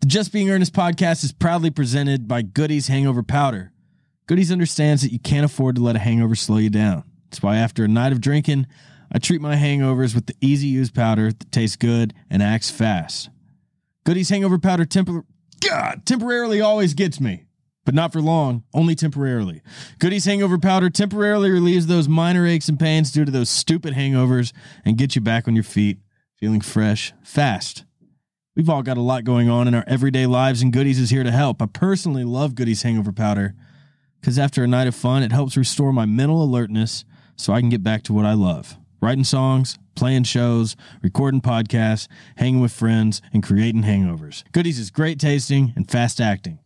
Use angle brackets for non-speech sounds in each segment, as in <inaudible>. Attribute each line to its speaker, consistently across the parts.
Speaker 1: The Just Being Earnest podcast is proudly presented by Goody's Hangover Powder. Goody's understands that you can't afford to let a hangover slow you down. That's why after a night of drinking, I treat my hangovers with the easy use powder that tastes good and acts fast. Goody's hangover powder tempor- God, temporarily always gets me, but not for long, only temporarily. Goody's hangover powder temporarily relieves those minor aches and pains due to those stupid hangovers and gets you back on your feet, feeling fresh, fast. We've all got a lot going on in our everyday lives, and Goody's is here to help. I personally love Goody's hangover powder because after a night of fun, it helps restore my mental alertness so I can get back to what I love writing songs, playing shows, recording podcasts, hanging with friends, and creating hangovers. Goodies is great tasting and fast acting.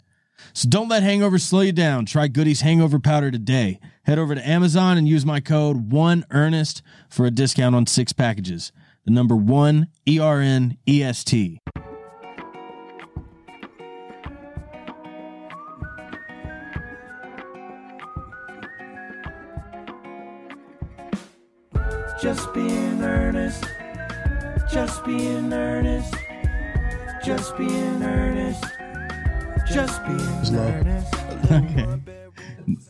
Speaker 1: So don't let hangovers slow you down. Try Goodies Hangover Powder today. Head over to Amazon and use my code 1EARNEST for a discount on six packages. The number 1 E R N E S T.
Speaker 2: Just being earnest. Just being earnest. Just being earnest. Just being
Speaker 3: low.
Speaker 2: earnest.
Speaker 1: Okay.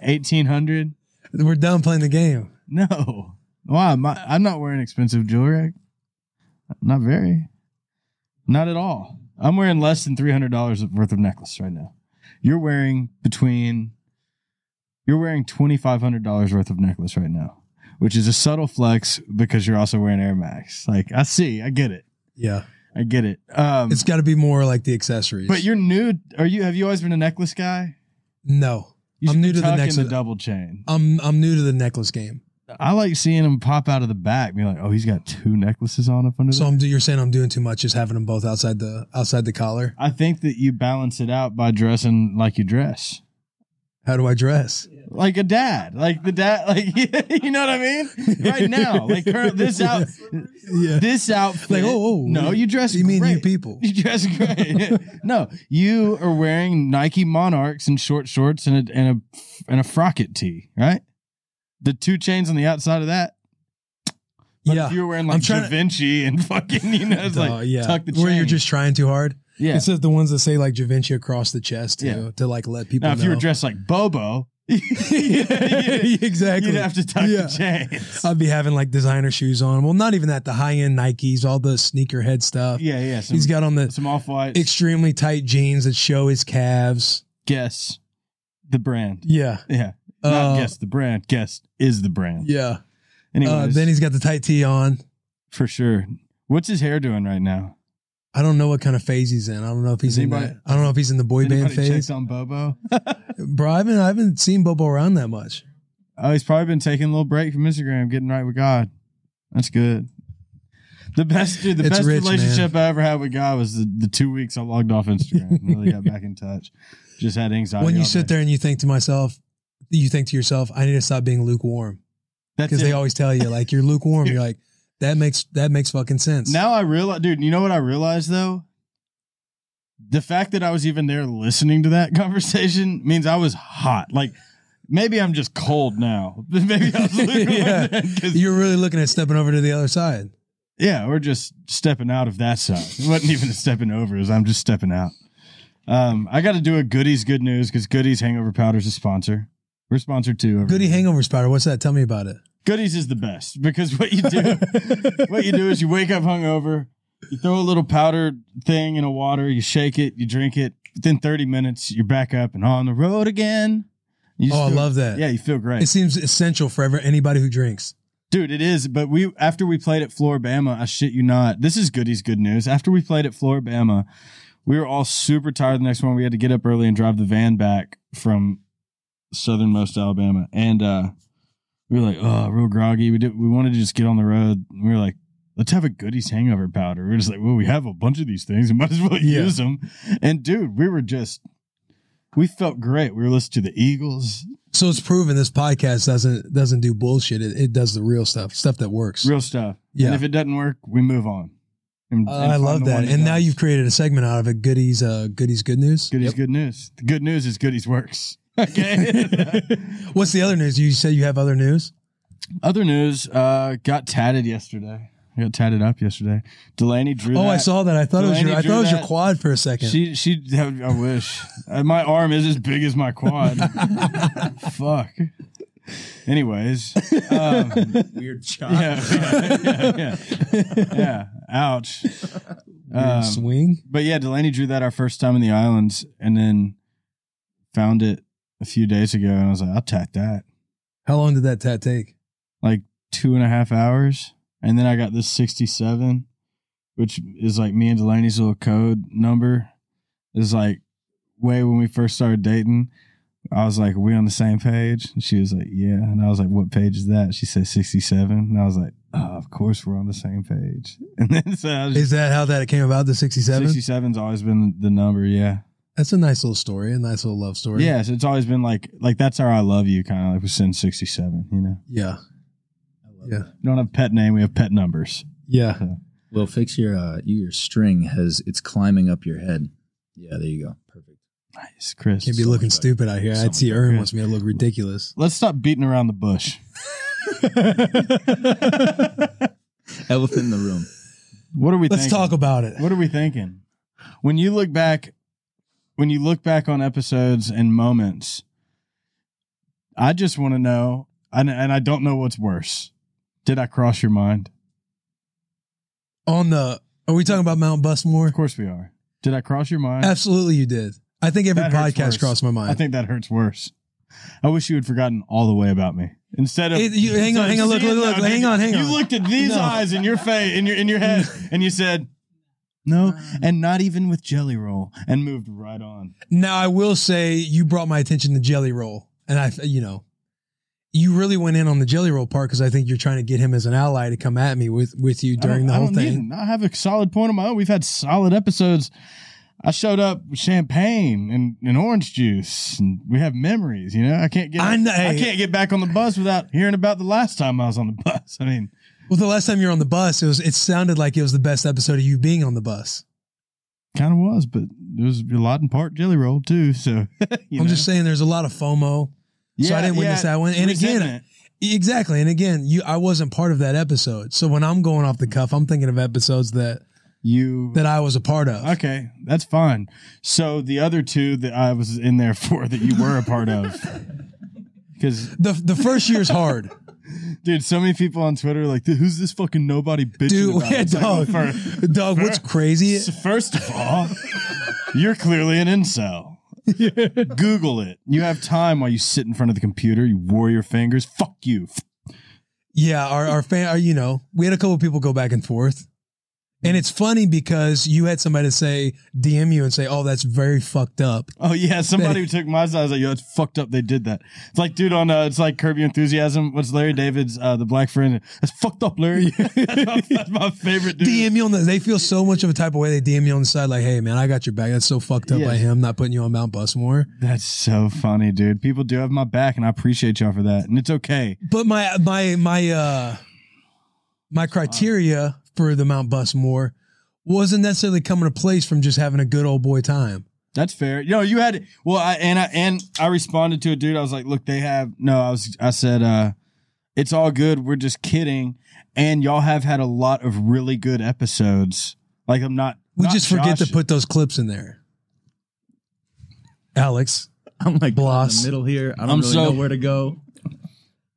Speaker 1: 1800?
Speaker 3: We're done playing the game.
Speaker 1: No. Why? My, I'm not wearing expensive jewelry. Not very. Not at all. I'm wearing less than three hundred dollars worth of necklace right now. You're wearing between. You're wearing twenty five hundred dollars worth of necklace right now, which is a subtle flex because you're also wearing Air Max. Like I see, I get it,
Speaker 3: Yeah.
Speaker 1: I get it. Um,
Speaker 3: It's got to be more like the accessories.
Speaker 1: but you're new. Are you? Have you always been a necklace guy?
Speaker 3: no.
Speaker 1: You
Speaker 3: I'm
Speaker 1: should
Speaker 3: new to the e-
Speaker 1: tuck
Speaker 3: necklace-
Speaker 1: in the double chain.
Speaker 3: I'm I'm new to the necklace game.
Speaker 1: I like seeing him pop out of the back. And be like, oh, he's got two necklaces on up under.
Speaker 3: So
Speaker 1: there.
Speaker 3: I'm you're saying I'm doing too much, just having them both outside the outside the collar.
Speaker 1: I think that you balance it out by dressing like you dress,
Speaker 3: How do I dress?
Speaker 1: like a dad, like the dad, <laughs> like you know what I mean. Right now, like current, this out,
Speaker 3: Yeah.
Speaker 1: this outfit.
Speaker 3: Like oh, oh
Speaker 1: no, you dress.
Speaker 3: You mean you
Speaker 1: great.
Speaker 3: people?
Speaker 1: <laughs> You dress great. <laughs> no, you are wearing Nike Monarchs and short shorts and a and a and a frocket tee, right? The two chains on the outside of that. But
Speaker 3: yeah.
Speaker 1: if you were wearing like
Speaker 3: I'm trying
Speaker 1: Da
Speaker 3: to-
Speaker 1: Vinci and <laughs> fucking, you know, it's
Speaker 3: Duh,
Speaker 1: like
Speaker 3: yeah.
Speaker 1: tuck the chain.
Speaker 3: Where you're just trying too hard.
Speaker 1: yeah.
Speaker 3: It's just the ones that say like Javinci across the chest to,
Speaker 1: Yeah.
Speaker 3: to like let people
Speaker 1: Now,
Speaker 3: know.
Speaker 1: if you were dressed like
Speaker 3: <laughs>
Speaker 1: Bobo, <laughs> you'd
Speaker 3: exactly.
Speaker 1: have to tuck
Speaker 3: Yeah.
Speaker 1: the chains.
Speaker 3: I'd be having like designer shoes on. Well, not even that. The high end Nikes, all the sneakerhead stuff.
Speaker 1: Yeah, yeah. Some,
Speaker 3: He's got on the
Speaker 1: some off white.
Speaker 3: extremely tight jeans that show his calves.
Speaker 1: guess the brand.
Speaker 3: Yeah.
Speaker 1: Yeah. Not
Speaker 3: Uh,
Speaker 1: guess the brand. Guess is the brand.
Speaker 3: Yeah. Uh,
Speaker 1: Anyways,
Speaker 3: then he's got the tight tee on.
Speaker 1: for sure. What's his hair doing right now?
Speaker 3: I don't know what kind of phase he's in. I don't know if he's
Speaker 1: Has
Speaker 3: in.
Speaker 1: anybody-
Speaker 3: that- I don't know if he's in the boy band
Speaker 1: Anybody checked
Speaker 3: phase.
Speaker 1: on Bobo?
Speaker 3: Bro, I haven't, I haven't seen Bobo around that much.
Speaker 1: Oh, he's probably been taking a little break from Instagram, getting right with God. That's good. The best, dude, the
Speaker 3: It's
Speaker 1: best
Speaker 3: rich,
Speaker 1: relationship I ever had with God was the, the two weeks I logged off Instagram
Speaker 3: <laughs>
Speaker 1: and really got back in touch. Just had anxiety.
Speaker 3: when you
Speaker 1: all
Speaker 3: sit
Speaker 1: day.
Speaker 3: there and you think to myself, you think to yourself, I need to stop being lukewarm
Speaker 1: That's
Speaker 3: because
Speaker 1: it.
Speaker 3: they always tell you like you're lukewarm. you're like that makes that makes fucking sense.
Speaker 1: Now I realize, dude. You know what I realized though? The fact that I was even there listening to that <laughs> conversation means I was hot. Like maybe I'm just cold now. <laughs> maybe
Speaker 3: <laughs>
Speaker 1: I was lukewarm
Speaker 3: Yeah.
Speaker 1: then, <laughs> 'cause- yeah.
Speaker 3: you're really looking at stepping over to the other side.
Speaker 1: or just stepping out of that side. It wasn't even a stepping over. Is I'm just stepping out. Um, I got to do a goodies good news because goodies hangover powder is a sponsor. We're sponsored too. over
Speaker 3: Goody
Speaker 1: here.
Speaker 3: hangover spider. What's that? Tell me about it.
Speaker 1: Goodies is the best because what you
Speaker 3: <laughs>
Speaker 1: do, what you do is you wake up hungover, you throw a little powder thing in a water, you shake it, you drink it. Within 30 minutes, you're back up and on the road again. You just
Speaker 3: Oh, I
Speaker 1: feel-
Speaker 3: love that.
Speaker 1: Yeah, you feel great,
Speaker 3: It seems essential for ever, anybody who drinks.
Speaker 1: dude. It is. But we after we played at Floribama, I shit you not. This is Goodies good news. After we played at Floribama, we were all super tired. The next morning, we had to get up early and drive the van back from southernmost Alabama, and uh, we were like, oh, real groggy. We did. We wanted to just get on the road. And we were like, let's have a goodies hangover powder. We are just like, well, we have a bunch of these things. <laughs> We might as well
Speaker 3: Yeah.
Speaker 1: use them. And dude, we were just, we felt great. We were listening to the Eagles,
Speaker 3: So it's proven this podcast doesn't doesn't do bullshit. It, it does the real stuff, stuff that works.
Speaker 1: real stuff.
Speaker 3: Yeah.
Speaker 1: And if it doesn't work, we move on. And,
Speaker 3: Uh,
Speaker 1: and
Speaker 3: I
Speaker 1: find
Speaker 3: love
Speaker 1: the one
Speaker 3: that. And now
Speaker 1: does.
Speaker 3: you've created a segment out of it. Goodies, uh, goodies, good news.
Speaker 1: goodies good news. The good news is goodies
Speaker 3: <laughs>
Speaker 1: works. Okay. <laughs>
Speaker 3: What's the other news? You say you have other news.
Speaker 1: Other news, uh, got tatted yesterday. I got tatted up yesterday. Delaney drew.
Speaker 3: Oh, I
Speaker 1: that.
Speaker 3: saw that. I thought it was
Speaker 1: Delaney
Speaker 3: your. I
Speaker 1: drew
Speaker 3: thought it was your
Speaker 1: that.
Speaker 3: quad for a second. <laughs>
Speaker 1: She she. I wish Uh, my arm is as big as my
Speaker 3: <laughs>
Speaker 1: quad. Fuck. Anyways, um,
Speaker 4: Weird shot.
Speaker 1: yeah, yeah, <laughs> yeah, yeah, yeah. Ouch.
Speaker 3: Weird
Speaker 1: Um,
Speaker 3: swing.
Speaker 1: but yeah, Delaney drew that our first time in the islands, and then found it a few days ago, and I was like, I'll tat that.
Speaker 3: How long did that tat take?
Speaker 1: two and a half hours. And then I got this 67, which is like me and Delaney's little code number. Is like way when we first started dating. I was like, Are we on the same page? And she was like, Yeah. And I was like, What page is that? She said 67. And I was like, oh, Of course we're on the same page. <laughs> And then so I was
Speaker 3: Is that how that came about? The sixty-seven.
Speaker 1: 67's always been the number. Yeah.
Speaker 3: That's a nice little story. A nice little love story.
Speaker 1: Yeah. So it's always been like, like that's our I love you kind of like we send 67, you know?
Speaker 3: Yeah. Yeah.
Speaker 1: We don't have pet name, we have pet numbers.
Speaker 3: Yeah.
Speaker 4: Well, fix your uh, your string has it's climbing up your head. Yeah, there you go. Perfect.
Speaker 1: Nice, Chris.
Speaker 3: Can't be
Speaker 4: So
Speaker 3: looking
Speaker 4: much better.
Speaker 3: stupid out here.
Speaker 4: So
Speaker 3: I'd see
Speaker 4: much
Speaker 3: Erin
Speaker 1: better.
Speaker 3: wants me to look ridiculous.
Speaker 1: Let's stop beating around the
Speaker 3: <laughs>
Speaker 1: bush.
Speaker 4: Elephant in the room. <laughs>
Speaker 1: What are we
Speaker 3: Let's
Speaker 1: thinking?
Speaker 3: talk about it.
Speaker 1: What are we thinking? When you look back when you look back on episodes and moments, I just want to know and, and I don't know what's worse. Did I cross your mind?
Speaker 3: On the. Are we talking about Mount Busmore?
Speaker 1: Of course we are. Did I cross your mind?
Speaker 3: Absolutely, you did. I think every
Speaker 1: That hurts worse.
Speaker 3: podcast crossed my mind.
Speaker 1: I think that hurts worse. I wish you had forgotten all the way about me. Instead of
Speaker 3: Hey, you- hang on, hang on, look,
Speaker 1: See,
Speaker 3: look, look,
Speaker 1: no,
Speaker 3: hang
Speaker 1: dude,
Speaker 3: on, hang
Speaker 1: You
Speaker 3: on.
Speaker 1: looked at these
Speaker 3: No.
Speaker 1: eyes in your face in your in your head and you said, No, and not even with jelly roll, and moved right on.
Speaker 3: Now I will say you brought my attention to Jelly Roll, and I, you know, you really went in on the Jelly Roll part because I think you're trying to get him as an ally to come at me with with you
Speaker 1: I
Speaker 3: during
Speaker 1: don't-
Speaker 3: the
Speaker 1: I
Speaker 3: whole
Speaker 1: don't need
Speaker 3: thing.
Speaker 1: it. I have a solid point of my own. We've had solid episodes. I showed up with champagne and, and orange juice, and we have memories. You know, I can't get
Speaker 3: I know-
Speaker 1: I can't get back on the bus without hearing about the last time I was on the bus. I mean,
Speaker 3: Well, the last time you were on the bus, it was it sounded like it was the best episode of you being on the bus.
Speaker 1: kind of was, but it was a lot in part jelly roll too. <laughs> So you know.
Speaker 3: I'm just saying, there's a lot of FOMO. so I didn't witness that one. And again,
Speaker 1: Resentment.
Speaker 3: exactly. And again, you, I wasn't part of that episode. So when I'm going off the cuff, I'm thinking of episodes that
Speaker 1: you
Speaker 3: that I was a part of.
Speaker 1: okay, that's fine. So the other two that I was in there for that you were a part of,
Speaker 3: <laughs>
Speaker 1: because
Speaker 3: The the first
Speaker 1: <laughs>
Speaker 3: year's hard.
Speaker 1: Dude, so many people on Twitter are like, "Dude, who's this fucking nobody bitching
Speaker 3: Dude,
Speaker 1: about?"
Speaker 3: yeah,
Speaker 1: It's like,
Speaker 3: dog,
Speaker 1: well,
Speaker 3: dog. What's crazy?
Speaker 1: fir- first of all, you're clearly an
Speaker 3: <laughs>
Speaker 1: incel. Google it. You have time while you sit in front of the computer. You warrior fingers. Fuck you.
Speaker 3: Yeah, our our fan, our, you know, we had a couple of people go back and forth, and it's funny because you had somebody say DM you and say, "Oh, that's very fucked up."
Speaker 1: Oh
Speaker 3: <laughs>
Speaker 1: yeah, somebody who took my side was like, "Yo, it's fucked up. They did that." It's like, dude, on uh, it's like Curb Your Enthusiasm. What's Larry David's uh, the black friend? That's fucked up, Larry. that's, my, <laughs> that's my favorite dude.
Speaker 3: DM you on <laughs> the, they feel so much of a type of way. They DM you on the side like, "Hey, man, I got your back. That's so fucked up
Speaker 1: Yeah.
Speaker 3: by him not putting you on Mount Busmore."
Speaker 1: That's so funny, dude. People do have my back, and I appreciate y'all for that. And it's okay.
Speaker 3: But my my my uh my criteria for the Mount Busmore wasn't necessarily coming to place from just having a good old boy time.
Speaker 1: That's fair. You know, you had well, I and I and I responded to a dude. I was like, "Look, they have no." I was, I said, uh, "It's all good. We're just kidding." And y'all have had a lot of really good episodes. Like I'm not.
Speaker 3: We
Speaker 1: not
Speaker 3: just forget
Speaker 1: Josh.
Speaker 3: to put those clips in there. Alex,
Speaker 4: I'm like
Speaker 3: Bloss.
Speaker 4: in the middle here. I don't
Speaker 1: I'm
Speaker 4: really
Speaker 1: so-
Speaker 4: know where to go.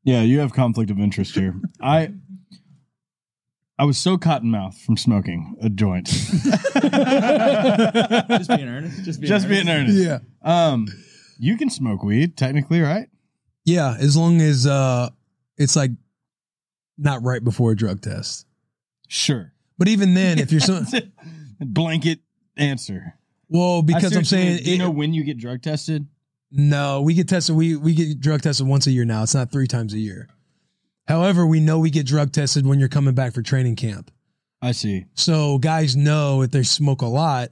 Speaker 1: Yeah, you have conflict of interest
Speaker 3: <laughs>
Speaker 1: here. I. I was so cottonmouthed from smoking a joint.
Speaker 3: <laughs>
Speaker 4: Just being earnest. Just being
Speaker 1: just being earnest.
Speaker 3: yeah.
Speaker 1: Um, you can smoke weed technically, right?
Speaker 3: Yeah, as long as uh it's like not right before a drug test.
Speaker 1: Sure.
Speaker 3: But even then, if
Speaker 1: <laughs>
Speaker 3: you're so
Speaker 1: Blanket answer.
Speaker 3: well,
Speaker 1: I
Speaker 3: because I'm
Speaker 1: seriously-
Speaker 3: saying
Speaker 1: do you
Speaker 3: it-
Speaker 1: know when you get drug tested?
Speaker 3: no, we get tested. We we get drug tested once a year now. It's not three times a year. However, we know we get drug tested when you're coming back for training camp.
Speaker 1: I see.
Speaker 3: So guys know if they smoke a lot,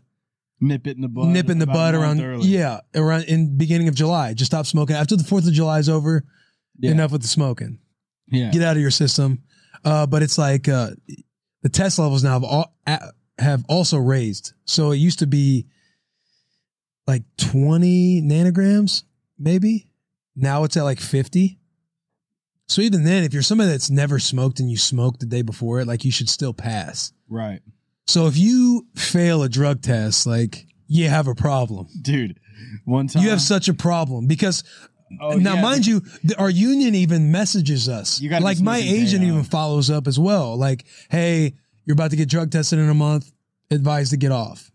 Speaker 1: Nip it in the bud.
Speaker 3: nip in the
Speaker 1: about a
Speaker 3: bud
Speaker 1: month
Speaker 3: around
Speaker 1: early.
Speaker 3: yeah around in beginning of July. Just stop smoking after the Fourth of July is over.
Speaker 1: Yeah.
Speaker 3: Enough with the smoking.
Speaker 1: Yeah.
Speaker 3: get out of your system. Uh, but it's like uh, the test levels now have all, a- have also raised. So it used to be like 20 nanograms, maybe. Now it's at like 50. So even then, if you're somebody that's never smoked and you smoked the day before it, like you should still pass.
Speaker 1: Right.
Speaker 3: So if you fail a drug test, like you have a problem.
Speaker 1: Dude, one time.
Speaker 3: You have such a problem because
Speaker 1: Uh-huh. oh,
Speaker 3: now,
Speaker 1: yeah,
Speaker 3: mind you, th- our union even messages us.
Speaker 1: You gotta be
Speaker 3: like my
Speaker 1: smoking
Speaker 3: agent
Speaker 1: day
Speaker 3: even
Speaker 1: off.
Speaker 3: follows up as well. Like, hey, you're about to get drug tested in a month. Advised to get off.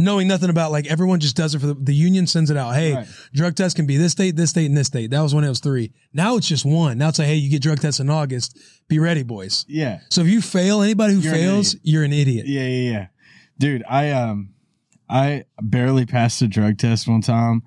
Speaker 3: Knowing nothing about like everyone just does it for the, the union sends it out. Hey,
Speaker 1: Right.
Speaker 3: drug test can be this date, this date, and this date. That was when it was three. Now it's just one. Now it's like, hey, you get drug tests in August. Be ready, boys.
Speaker 1: Yeah.
Speaker 3: So if you fail, anybody who
Speaker 1: You're an
Speaker 3: fails,
Speaker 1: idiot.
Speaker 3: you're an idiot.
Speaker 1: Yeah, yeah, yeah. Dude, I um I barely passed a drug test one time.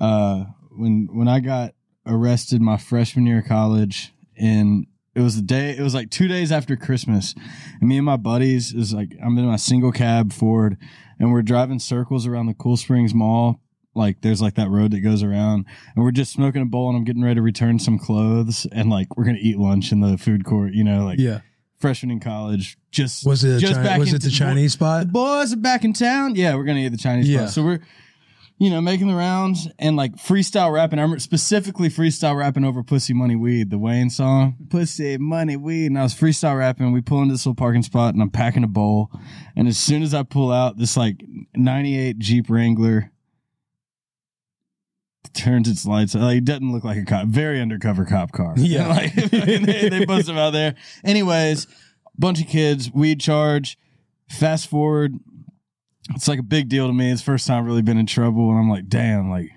Speaker 1: Uh when when I got arrested my freshman year of college and it was the day it was like two days after Christmas. And me and my buddies is like I'm in my single cab Ford and we're driving circles around the Cool Springs Mall. Like there's like that road that goes around and we're just smoking a bowl and I'm getting ready to return some clothes and like we're gonna eat lunch in the food court, you know, like
Speaker 3: Yeah.
Speaker 1: freshman in college, just
Speaker 3: Was it a
Speaker 1: just
Speaker 3: Chi-
Speaker 1: back
Speaker 3: was it
Speaker 1: into-
Speaker 3: the Chinese
Speaker 1: The
Speaker 3: spot?
Speaker 1: boys are back in town. Yeah, we're gonna eat the Chinese
Speaker 3: Yeah.
Speaker 1: place. So we're, you know, making the rounds and like freestyle rapping. I remember specifically freestyle rapping over "Pussy Money Weed," the Wayne song. Pussy Money Weed, and I was freestyle rapping. We pull into this little parking spot, and I'm packing a bowl. And as soon as I pull out, this like '98 Jeep Wrangler turns its lights. Like, it doesn't look like a cop. Very undercover cop car. <laughs>
Speaker 3: Yeah.
Speaker 1: like they, they bust him out there. Anyways, bunch of kids, weed charge. Fast forward, it's like a big deal to me. It's the first time I've really been in trouble, and I'm like, damn, like,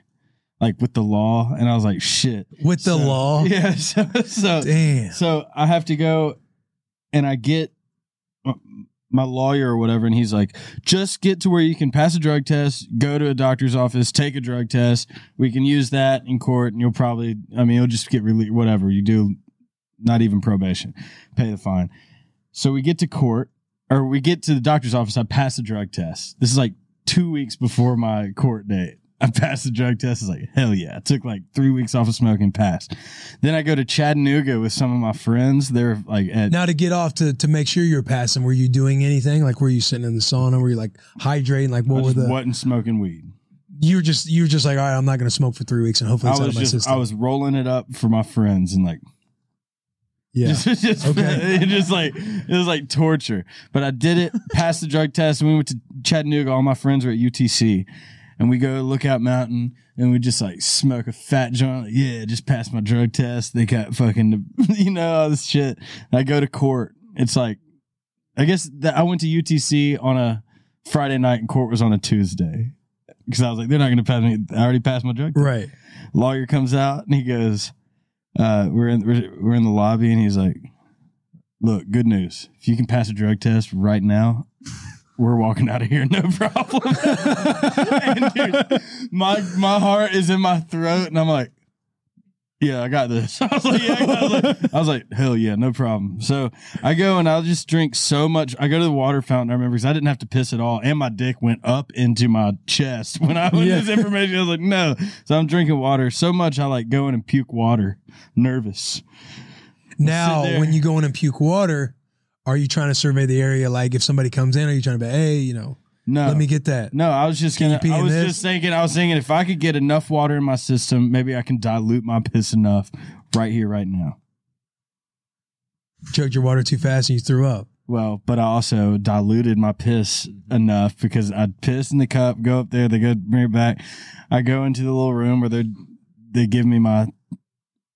Speaker 1: like with the law. And I was like, shit.
Speaker 3: With
Speaker 1: So-
Speaker 3: the law.
Speaker 1: <laughs> Yeah. So, so
Speaker 3: Damn.
Speaker 1: so I have to go and I get my- my lawyer or whatever, and he's like, just get to where you can pass a drug test, go to a doctor's office, take a drug test. We can use that in court, and you'll probably, I mean, you'll just get released, whatever. You do not even probation, pay the fine. So we get to court or we get to the doctor's office. I pass the drug test. This is like two weeks before my court date. I passed the drug test. It's like, hell yeah. I took like three weeks off of smoking, passed. Then I go to Chattanooga with some of my friends. They're like at
Speaker 3: Now to get off to to make sure you're passing, were you doing anything? Like were you sitting in the sauna? Were you like hydrating? Like
Speaker 1: I
Speaker 3: what were
Speaker 1: just
Speaker 3: the?
Speaker 1: wasn't smoking weed.
Speaker 3: You were just you were just like, all right, I'm not going to smoke for three weeks, and
Speaker 1: I
Speaker 3: hopefully it's out
Speaker 1: was
Speaker 3: of my
Speaker 1: just
Speaker 3: system.
Speaker 1: I was rolling it up for my friends and like
Speaker 3: yeah,
Speaker 1: <laughs> Just, just,
Speaker 3: Okay.
Speaker 1: it <laughs> just like it was like torture. But I did it, <laughs> passed the drug test, and we went to Chattanooga. All my friends were at UTC, and we go to Lookout Mountain, and we just like smoke a fat joint. Like, yeah, just passed my drug test. They got fucking, <laughs> you know, all this shit. And I go to court. It's like, I guess that I went to UTC on a Friday night, and court was on a Tuesday. Because I was like, they're not going to pass me. I already passed my drug test
Speaker 3: right.
Speaker 1: lawyer comes out and he goes, uh, "We're in we're, we're in the lobby," and he's like, "Look, good news. If you can pass a drug test right now." We're walking out of here, <laughs> no problem. and dude, my my heart is in my throat, and I'm like, "Yeah, I got this." <laughs> I was like, "Yeah," I, got this." I was like, "Hell yeah, no problem." So I go and I'll just drink so much. I go to the water fountain. I remember because I didn't have to piss at all, and my dick went up into my chest <laughs> when I when
Speaker 3: Yeah.
Speaker 1: this information. I was like, "No," so I'm drinking water so much I like go in and puke water. Nervous.
Speaker 3: Now,
Speaker 1: there.
Speaker 3: when you go in and puke water, are you trying to survey the area? Like if somebody comes in, are you trying to be, hey, you know,
Speaker 1: No,
Speaker 3: let me get that?
Speaker 1: No, I was just gonna.
Speaker 3: pee
Speaker 1: I
Speaker 3: in
Speaker 1: was
Speaker 3: this?
Speaker 1: just thinking. I was thinking if I could get enough water in my system, maybe I can dilute my piss enough right here, right now.
Speaker 3: Chugged your water too fast and you threw up.
Speaker 1: Well, but I also diluted my piss enough because I piss in the cup, go up there, they go bring it back. I go into the little room where they they give me my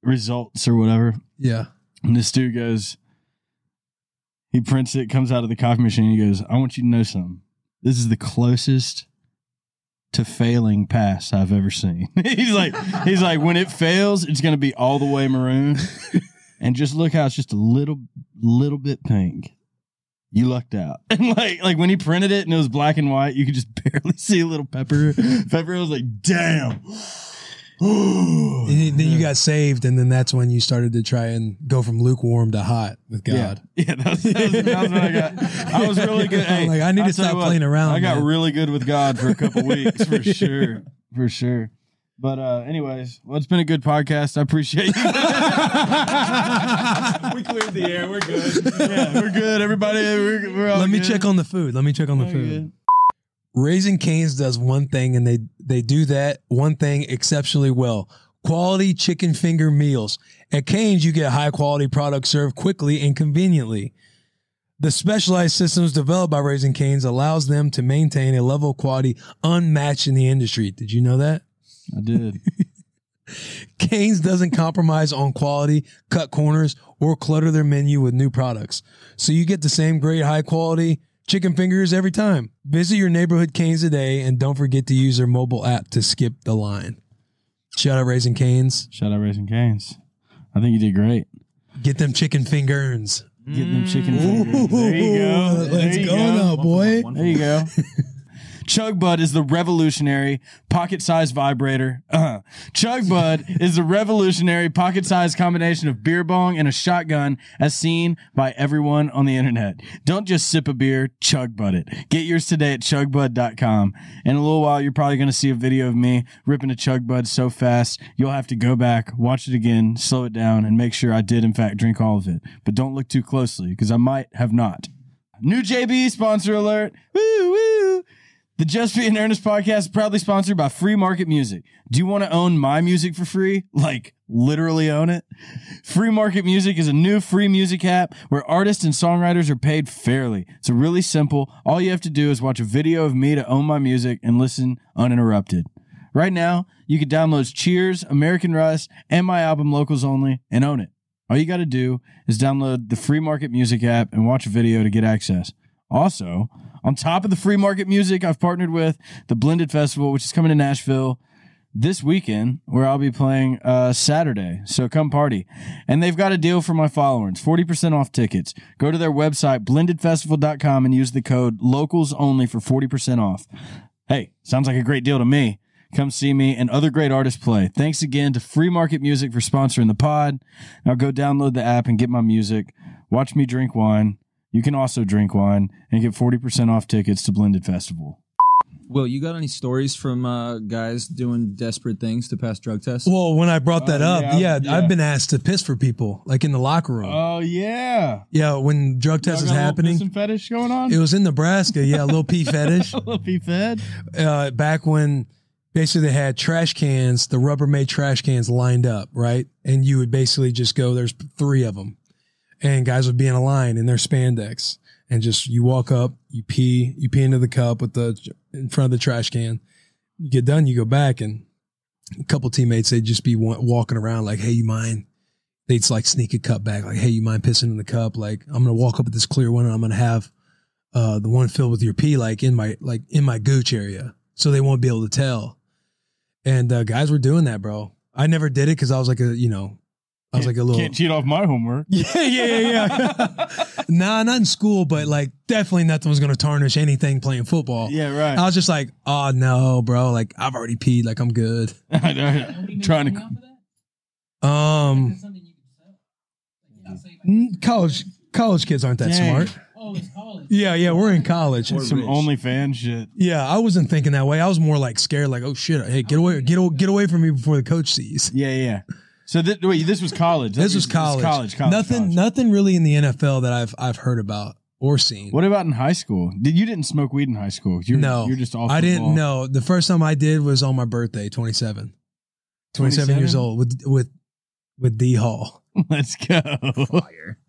Speaker 1: results or whatever,
Speaker 3: Yeah.
Speaker 1: and this dude goes, he prints it, comes out of the coffee machine, he goes, "I want you to know something. This is the closest." To failing pass I've ever seen. <laughs> he's like, he's like, when it fails, it's gonna be all the way
Speaker 3: <laughs>
Speaker 1: maroon, and just look how it's just a little, little bit pink. You lucked out. <laughs> And like, like when he printed it and it was black and white, you could just <laughs> barely see a little pepper. Pepper. I was like, damn. <gasps>
Speaker 3: And then then you got saved, and then that's when you started to try and go from lukewarm to hot with God.
Speaker 1: Yeah, <laughs> yeah that, was, that, was, that was what I got. I was really
Speaker 3: <laughs>
Speaker 1: good. Hey,
Speaker 3: Like, I need to
Speaker 1: I'll
Speaker 3: stop
Speaker 1: tell you what,
Speaker 3: playing around,
Speaker 1: I got
Speaker 3: man.
Speaker 1: really good with God for a
Speaker 3: <laughs>
Speaker 1: couple weeks, for sure, for sure. But uh, anyways, well, it's been a good podcast. I appreciate
Speaker 3: <laughs>
Speaker 1: you.
Speaker 4: <laughs>
Speaker 1: we cleared the air. We're good. <laughs> Yeah, we're good. Everybody, we're, we're all
Speaker 3: Let me
Speaker 1: good.
Speaker 3: check on the food. Let me check on the
Speaker 1: We're
Speaker 3: food.
Speaker 1: good.
Speaker 3: Raising Canes does one thing, and they they do that one thing exceptionally well. Quality chicken finger meals. At Canes, you get high quality products served quickly and conveniently. The specialized systems developed by Raising Canes allows them to maintain a level of quality unmatched in the industry. Did you know that?
Speaker 1: I did.
Speaker 3: Canes doesn't compromise on quality, cut corners, or clutter their menu with new products. So you get the same great high quality chicken fingers every time. Visit your neighborhood Canes today and don't forget to use their mobile app to skip the line. Shout out Raising Canes.
Speaker 1: Shout out Racing Canes. I think you did great.
Speaker 3: Get them chicken fingers.
Speaker 1: Getting them chicken fingers. There you go.
Speaker 3: Ooh,
Speaker 1: There
Speaker 3: Uh, let's
Speaker 1: you
Speaker 3: go now, boy.
Speaker 1: There you go. <laughs> Chug Bud is the revolutionary pocket sized vibrator. Uh, Chug Bud is the revolutionary pocket sized combination of beer bong and a shotgun as seen by everyone on the internet. Don't just sip a beer, chug bud it. Get yours today at chugbud.com. In a little while, you're probably going to see a video of me ripping a Chug Bud so fast, you'll have to go back, watch it again, slow it down, and make sure I did, in fact, drink all of it. But don't look too closely because I might have not. New JB sponsor alert. Woo woo. The Just Be in Earnest podcast is proudly sponsored by Free Market Music. Do you want to own my music for free? Like, literally own it? Free Market Music is a new free music app where artists and songwriters are paid fairly. It's really simple. All you have to do is watch a video of me to own my music and listen uninterrupted. Right now, you can download Cheers, American Rust, and my album Locals Only and own it. All you got to do is download the Free Market Music app and watch a video to get access. Also, on top of the Free Market Music, I've partnered with the Blended Festival, which is coming to Nashville this weekend, where I'll be playing uh, Saturday. So come party. And they've got a deal for my followers 40% off tickets. Go to their website, blendedfestival.com, and use the code locals only for 40% off. Hey, sounds like a great deal to me. Come see me and other great artists play. Thanks again to Free Market Music for sponsoring the pod. Now go download the app and get my music. Watch me drink wine. You can also drink wine and get 40% off tickets to Blended Festival.
Speaker 4: Will, you got any stories from uh, guys doing desperate things to pass drug tests?
Speaker 3: Well, when I brought that
Speaker 1: Oh,
Speaker 3: up,
Speaker 1: yeah,
Speaker 3: yeah,
Speaker 1: yeah.
Speaker 3: I've been asked to piss for people, like in the locker room.
Speaker 1: Oh, yeah.
Speaker 3: yeah, when drug tests is happening.
Speaker 1: fetish going on? <laughs>
Speaker 3: It was in Nebraska. Yeah, little pee fetish.
Speaker 1: be fed.
Speaker 3: uh, back when basically they had trash cans, the Rubbermaid trash cans lined up, right? And you would basically just go, there's three of them, and guys would be in a line in their spandex, and just you walk up, you pee, you pee into the cup with the in front of the trash can. You get done, you go back, and a couple teammates they'd just be wa- walking around like, hey, you mind? They'd just, like sneak a cup back, like, hey, you mind pissing in the cup? Like, I'm gonna walk up with this clear one, and I'm gonna have uh, the one filled with your pee, like in my like in my gooch area, so they won't be able to tell. And uh, guys were doing that, bro. I never did it because I was like a you know, I was like a little
Speaker 1: Can't cheat off my homework.
Speaker 3: yeah, yeah, yeah. <laughs> yeah. nah, not in school, but like definitely nothing was gonna tarnish anything playing football.
Speaker 1: Yeah, right.
Speaker 3: I was just like, oh no, bro. Like I've already peed. Like I'm good.
Speaker 1: <laughs> I know. Trying to.
Speaker 3: Um, mm, college college kids aren't that
Speaker 1: Dang.
Speaker 3: smart. Oh, it's college. Yeah, yeah. We're in college.
Speaker 4: Or
Speaker 1: Some
Speaker 4: rich.
Speaker 1: OnlyFans shit.
Speaker 3: Yeah, I wasn't thinking that way. I was more like scared. Like, oh shit, hey, get away, get away, get away from me before the coach sees.
Speaker 1: Yeah, yeah. So thi- wait, this was college.
Speaker 3: This was college.
Speaker 1: College. college
Speaker 3: nothing,
Speaker 1: college.
Speaker 3: nothing really in the NFL that I've I've heard about or seen.
Speaker 1: What about in high school? Did you didn't smoke weed in high school? You're,
Speaker 3: no,
Speaker 1: you're just all.
Speaker 3: I didn't
Speaker 1: football.
Speaker 3: know. The first time I did was on my birthday, 27. 27, years
Speaker 1: 27?
Speaker 3: old with with with D Hall.
Speaker 1: <laughs> Let's go.
Speaker 4: Fire.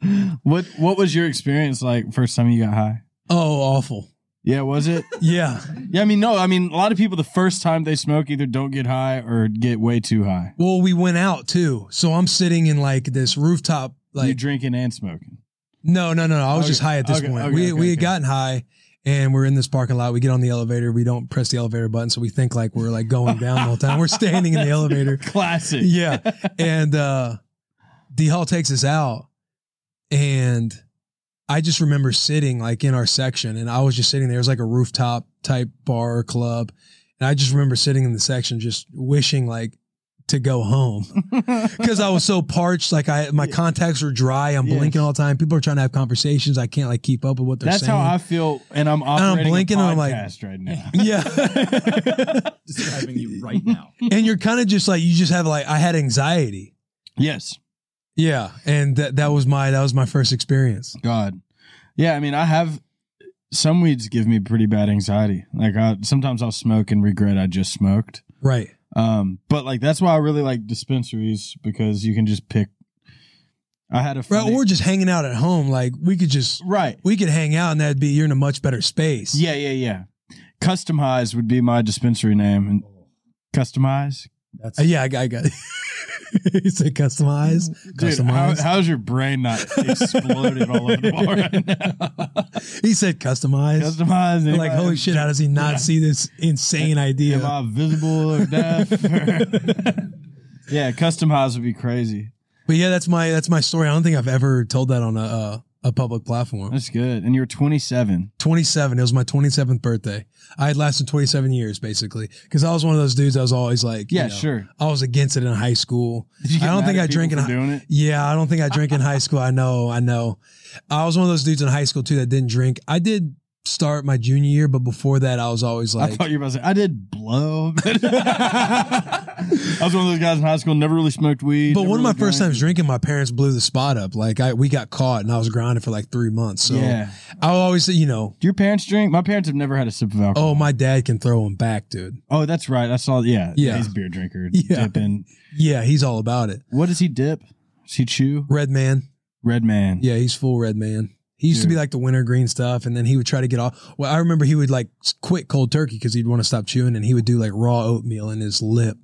Speaker 1: what What was your experience like? First time you got high?
Speaker 3: Oh, awful.
Speaker 1: Yeah, was it?
Speaker 3: Yeah.
Speaker 1: yeah, I mean, no, I mean, a lot of people the first time they smoke either don't get high or get way too high.
Speaker 3: Well, we went out too. So I'm sitting in like this rooftop
Speaker 1: you
Speaker 3: like
Speaker 1: drinking and smoking.
Speaker 3: No, no, no, no. I was
Speaker 1: Okay,
Speaker 3: just high at this
Speaker 1: okay,
Speaker 3: point.
Speaker 1: okay,
Speaker 3: we
Speaker 1: okay,
Speaker 3: we had
Speaker 1: okay.
Speaker 3: gotten high and we're in this parking lot. We get on the elevator. We don't press the elevator button, so we think like we're like going down the whole time. We're
Speaker 1: <laughs>
Speaker 3: standing in the elevator.
Speaker 1: Classic.
Speaker 3: Yeah. And uh D Hall takes us out and I just remember sitting like in our section and I was just sitting there. It was like a rooftop type bar or club. And I just remember sitting in the section just wishing like to go home
Speaker 1: <laughs>
Speaker 3: because I was so parched. Like I, my contacts were dry. I'm
Speaker 1: Yes.
Speaker 3: blinking all the time. People are trying to have conversations. I can't like keep up with what they're
Speaker 1: That's
Speaker 3: saying.
Speaker 1: how I feel, and I'm operating
Speaker 3: blinking
Speaker 1: a
Speaker 3: and
Speaker 1: podcast
Speaker 3: I'm like-
Speaker 1: right now.
Speaker 3: <laughs> yeah.
Speaker 4: <laughs> Describing you right <laughs> now.
Speaker 3: and you're kind of just like, you just have like, I had anxiety.
Speaker 1: <laughs> yes,
Speaker 3: Yeah. And that, that was my, that was my first experience.
Speaker 1: God. Yeah, I mean, I have some weeds give me pretty bad anxiety. Like I, sometimes I'll smoke and regret I just smoked.
Speaker 3: Right.
Speaker 1: Um, but like that's why I really like dispensaries because you can just pick. I had a
Speaker 3: Right,
Speaker 1: funny-
Speaker 3: or just hanging out at home. Like we could just
Speaker 1: right.
Speaker 3: we could hang out, and that'd be you're in a much better space.
Speaker 1: Yeah, yeah, yeah. Customize would be my dispensary name, and customize.
Speaker 4: That's
Speaker 3: Uh, yeah, I, got- I got. <laughs> you said customize,
Speaker 1: Dude, how,
Speaker 3: customize.
Speaker 1: how's your brain not exploded all
Speaker 3: <laughs>
Speaker 1: over the wall right now?
Speaker 3: he said customize.
Speaker 1: Customize.
Speaker 3: They're
Speaker 1: anybody-
Speaker 3: like, holy shit, how does he not see this insane idea?
Speaker 1: Am I visible or
Speaker 3: <laughs>
Speaker 1: deaf? <laughs> yeah, customize would be crazy.
Speaker 3: But yeah, that's my that's my story. I don't think I've ever told that on a uh, a public platform.
Speaker 1: That's good. And you're 27.
Speaker 3: 27. It was my 27th birthday. I had lasted 27 years basically because I was one of those dudes. I was always like, you
Speaker 1: Yeah,
Speaker 3: know,
Speaker 1: sure.
Speaker 3: I was against it in high school.
Speaker 1: Did you get
Speaker 3: I don't
Speaker 1: mad
Speaker 3: think
Speaker 1: at
Speaker 3: I
Speaker 1: people
Speaker 3: drink
Speaker 1: for
Speaker 3: in hi-
Speaker 1: doing it.
Speaker 3: Yeah, I don't think I drank in high school. I know, I know. I was one of those dudes in high school too that didn't drink. I did start my junior year, but before that, I was always
Speaker 1: I
Speaker 3: like,
Speaker 1: thought you were about to say I did blow.
Speaker 3: <laughs>
Speaker 1: I was one of those guys in high school never really smoked weed.
Speaker 3: But
Speaker 1: never
Speaker 3: one of my
Speaker 1: really
Speaker 3: first
Speaker 1: drank.
Speaker 3: times drinking, my parents blew the spot up. Like I, we got caught, and I was grounded for like three months. So
Speaker 1: Yeah.
Speaker 3: I always, you know,
Speaker 1: Do your parents drink? My parents have never had a sip of alcohol.
Speaker 3: oh, my dad can throw him back, dude.
Speaker 1: Oh, that's right. I saw. Yeah,
Speaker 3: Yeah.
Speaker 1: He's a beer drinker.
Speaker 3: <laughs> Yeah.
Speaker 1: Dip in.
Speaker 3: Yeah, he's all about it.
Speaker 1: What does he dip? Does he chew?
Speaker 3: Red man.
Speaker 1: Red man.
Speaker 3: Yeah, he's full red man. He used to be
Speaker 1: Dude.
Speaker 3: like the wintergreen stuff, and then he would try to get off. Well, I remember he would like s- quit cold turkey because he'd want to stop chewing, and he would do like raw oatmeal in his lip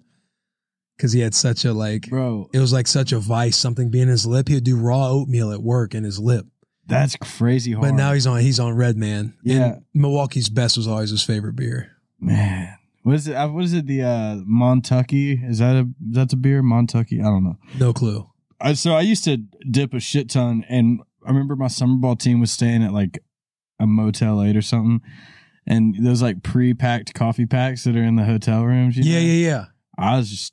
Speaker 3: because he had such a like.
Speaker 1: bro,
Speaker 3: It was like such a vice, something being in his lip. He would do raw oatmeal at work in his lip.
Speaker 1: that's crazy hard.
Speaker 3: But now he's on he's on Red Man.
Speaker 1: Yeah.
Speaker 3: And Milwaukee's best was always his favorite beer.
Speaker 1: man, what is it? uh, What is it? The uh, Montucky? Is that a that's a beer? Montucky? I don't know.
Speaker 3: No clue.
Speaker 1: I, so I used to dip a shit ton, and I remember my summer ball team was staying at like a Motel Eight or something, and those like pre-packed coffee packs that are in the hotel rooms. you
Speaker 3: Yeah,
Speaker 1: know?
Speaker 3: yeah, yeah.
Speaker 1: I was just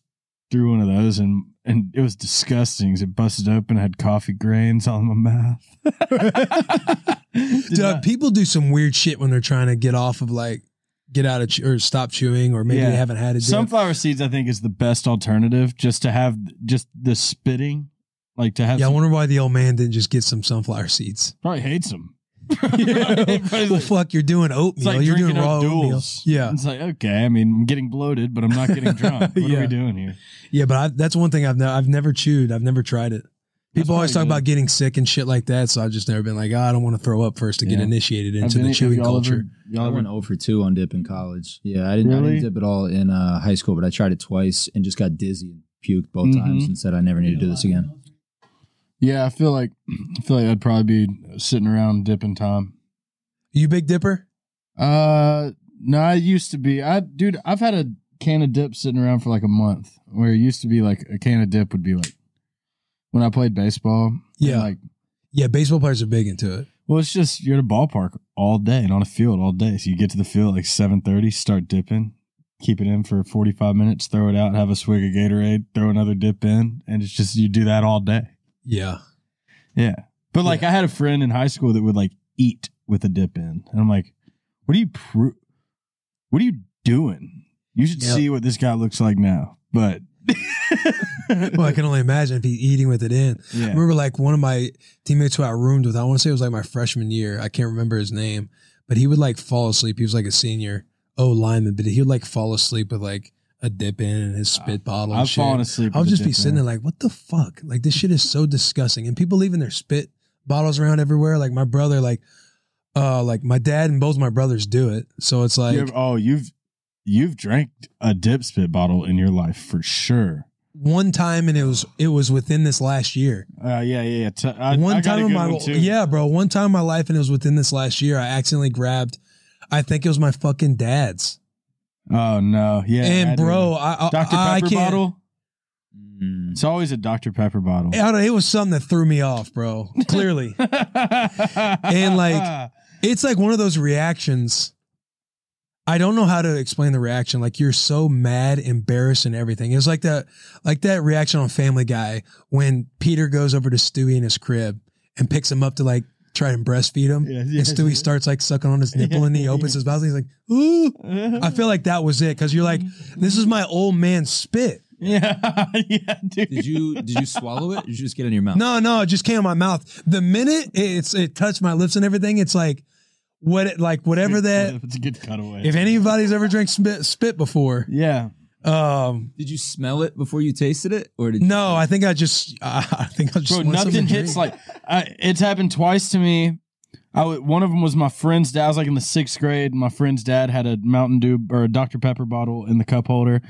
Speaker 1: threw one of those and and it was disgusting. 'cause It busted open. I had coffee grains on my
Speaker 3: <laughs>
Speaker 1: mouth. Did <laughs>
Speaker 3: Dude,
Speaker 1: not-
Speaker 3: people do some weird shit when they're trying to get off of like get out of che- or stop chewing or maybe
Speaker 1: Yeah.
Speaker 3: they haven't had a dip.
Speaker 1: sunflower seeds, I think, is the best alternative. Just to have just the spitting, like to have.
Speaker 3: yeah, I
Speaker 1: some-
Speaker 3: wonder why the old man didn't just get some sunflower
Speaker 1: <laughs>
Speaker 3: seeds.
Speaker 1: probably hates
Speaker 3: <laughs>
Speaker 1: them.
Speaker 3: well, fuck, you're doing
Speaker 1: It's
Speaker 3: oatmeal.
Speaker 1: like
Speaker 3: you're doing
Speaker 1: drinking
Speaker 3: raw
Speaker 1: a
Speaker 3: oatmeal.
Speaker 1: duels.
Speaker 3: Yeah,
Speaker 1: It's like, okay, I mean, I'm getting bloated, but I'm not getting <laughs> drunk. What are
Speaker 3: Yeah.
Speaker 1: we doing here?
Speaker 3: yeah, but I, that's one thing I've ne- I've never chewed. I've never tried it.
Speaker 1: That's
Speaker 3: People always talk
Speaker 1: probably good.
Speaker 3: about getting sick and shit like that, so I've just never been like, oh, I don't want to throw up first to get
Speaker 1: Yeah.
Speaker 3: initiated
Speaker 1: Have
Speaker 3: into
Speaker 1: any-
Speaker 3: the
Speaker 1: have
Speaker 3: chewing
Speaker 1: y'all
Speaker 3: culture.
Speaker 1: ever- y'all
Speaker 4: I
Speaker 1: ever-
Speaker 4: went 0 for 2 on dip in college. Yeah, I didn't, I
Speaker 1: Really?
Speaker 4: didn't dip at all in uh, high school, but I tried it twice and just got dizzy and puked both
Speaker 1: Mhm.
Speaker 4: times and said I never need to do this again.
Speaker 1: yeah, I feel like <clears throat> I feel like I'd probably be sitting around dipping time.
Speaker 3: you big dipper?
Speaker 1: Uh, no, I used to be. I dude, I've had a can of dip sitting around for like a month. Where it used to be like a can of dip would be like when I played baseball.
Speaker 3: Yeah.
Speaker 1: like
Speaker 3: Yeah, baseball players are big into it.
Speaker 1: well, it's just you're at a ballpark all day and on a field all day. So you get to the field at like seven thirty, start dipping, keep it in for forty five minutes, throw it out, have a swig of Gatorade, throw another dip in, and it's just you do that all day.
Speaker 3: Yeah.
Speaker 1: Yeah. But like I had a friend in high school that would like eat with a dip in. And I'm like, what are you pro- what are you doing? You should
Speaker 3: Yep.
Speaker 1: see what this guy looks like now.
Speaker 3: <laughs>
Speaker 1: But <laughs>
Speaker 3: Well, I can only imagine if he's eating with it in. I
Speaker 1: yeah.
Speaker 3: remember like one of my teammates who I roomed with, I want to say it was like my freshman year. I can't remember his name, but he would like fall asleep. He was like a senior O lineman, but he would like fall asleep with like a dip in and his spit bottle. and
Speaker 1: I've
Speaker 3: shit.
Speaker 1: fallen asleep.
Speaker 3: I'll
Speaker 1: with a
Speaker 3: just be
Speaker 1: dip
Speaker 3: sitting there
Speaker 1: in.
Speaker 3: like, what the fuck? Like this shit is so disgusting. And people leaving their spit bottles around everywhere. Like my brother, like, uh, like my dad and both my brothers do it. So it's like
Speaker 1: You ever- oh, you've you've drank a dip spit bottle in your life for sure.
Speaker 3: one time, and it was it was within this last year.
Speaker 1: Uh, yeah, yeah, yeah. T- I,
Speaker 3: one
Speaker 1: I got
Speaker 3: time
Speaker 1: a
Speaker 3: in
Speaker 1: good
Speaker 3: my
Speaker 1: one too.
Speaker 3: yeah, bro. One time in my life, and it was within this last year. I accidentally grabbed, I think it was my fucking dad's.
Speaker 1: Oh no, yeah. I
Speaker 3: and
Speaker 1: do.
Speaker 3: bro, I, I
Speaker 1: Dr
Speaker 3: I,
Speaker 1: Pepper
Speaker 3: can't.
Speaker 1: bottle.
Speaker 4: Mm.
Speaker 1: It's always a Dr Pepper bottle. <laughs>
Speaker 3: I don't know, Eh, it was something that threw me off, bro. Clearly,
Speaker 1: and
Speaker 3: like, it's like one of those reactions. I don't know how to explain the reaction. Like you're so mad, embarrassed, and everything. It was like that, like that reaction on Family Guy when Peter goes over to Stewie in his crib and picks him up to like try and breastfeed him.
Speaker 1: Yeah,
Speaker 3: and
Speaker 1: yeah,
Speaker 3: Stewie
Speaker 1: yeah.
Speaker 3: starts like sucking on his nipple and
Speaker 1: <laughs>
Speaker 3: he opens his mouth and he's like, ooh. I feel like that was it because you're like,
Speaker 1: Mm-hmm.
Speaker 3: this is my old man spit.
Speaker 1: yeah, <laughs> yeah, dude.
Speaker 4: Did you did you swallow it? Or did you just get it in your mouth?
Speaker 3: No, no, it just came in my mouth. The minute it's it touched my lips and everything, it's like what, it, like whatever that.
Speaker 1: It's a good cutaway.
Speaker 3: If anybody's ever drank spit, spit before,
Speaker 1: yeah,
Speaker 3: Um,
Speaker 4: Did you smell it before you tasted it,
Speaker 3: <laughs>
Speaker 4: or did
Speaker 3: no, I think I just, I, I think I just.
Speaker 1: Bro,
Speaker 3: want
Speaker 1: nothing
Speaker 3: something to
Speaker 1: hits
Speaker 3: drink.
Speaker 1: like I, it's happened twice to me. I w- one of them was my friend's dad. I was like in the sixth grade. and My friend's dad had a Mountain Dew or a Dr Pepper bottle in the cup holder.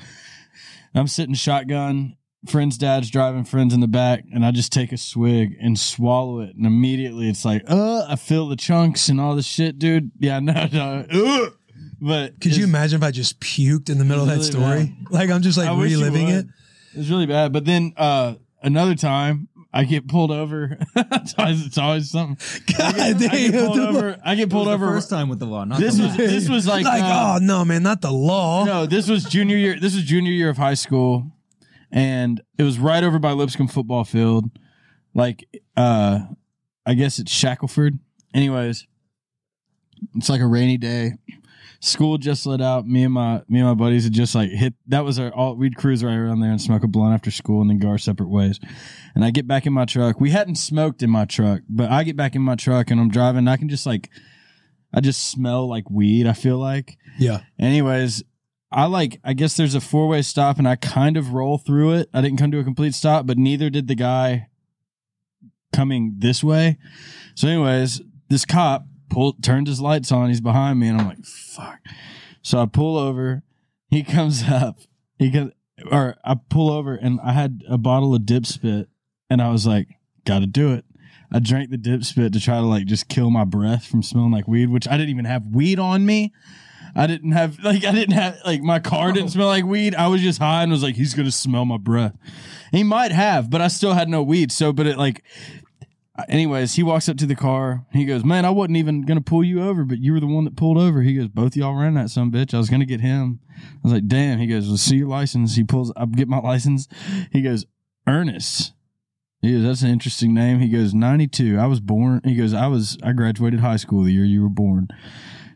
Speaker 1: I'm sitting shotgun. Friend's dad's driving. Friends in the back, and I just take a swig and swallow it, and immediately it's like, uh, I feel the chunks and all this shit, dude. Yeah, <laughs> no, no, ugh. but
Speaker 3: Could you
Speaker 1: it's-
Speaker 3: imagine if I just puked in the middle of that
Speaker 1: Really
Speaker 3: story? Like I'm just like
Speaker 1: I wish you
Speaker 3: reliving it.
Speaker 1: would. It's really bad. But then uh, another time, I get pulled over. <laughs> it's, always, it's always something.
Speaker 3: God
Speaker 1: I get, I get
Speaker 3: damn,
Speaker 1: pulled <laughs>
Speaker 3: dude.
Speaker 1: over. I get
Speaker 4: It was
Speaker 1: pulled
Speaker 4: the
Speaker 1: over.
Speaker 4: first time with the law? Not
Speaker 1: This
Speaker 4: the
Speaker 1: was
Speaker 4: last.
Speaker 1: this was like,
Speaker 3: Like,
Speaker 1: uh,
Speaker 3: oh no, man, not the law.
Speaker 1: no, this was junior year. This was junior year of high school, and it was right over by Lipscomb football field. Like, uh, I guess it's Shackleford. Anyways, it's like a rainy day. School just let out. Me and my me and my buddies had just like hit. That was our all. We'd cruise right around there and smoke a blunt after school, and then go our separate ways. And I get back in my truck. We hadn't smoked in my truck, but I get back in my truck and I'm driving. And I can just like, I just smell like weed. I feel like,
Speaker 3: Yeah,
Speaker 1: Anyways, I like I guess there's a four way stop and I kind of roll through it. I didn't come to a complete stop, but neither did the guy coming this way. So anyways, this cop pulled turned his lights on, he's behind me, and I'm like, fuck. So I pull over, he <laughs> comes up, he comes or I pull over and I had a bottle of dip spit and I was like, gotta do it. I drank the dip spit to try to like just kill my breath from smelling like weed, which I didn't even have weed on me. I didn't have like I didn't have like my car didn't smell like weed. I was just high and was like, he's gonna smell my breath. He might have, but I still had no weed. So, but it like, anyways, he walks up to the car. He goes, man, I wasn't even gonna pull you over, but you were the one that pulled over. He goes, both y'all ran that some bitch. I was gonna get him. I was like, damn. He goes, well, see your license. He pulls. I get my license. He goes, Ernest. He goes, that's an interesting name. He goes, 92. I was born. He goes, I was, I graduated high school the year you were born.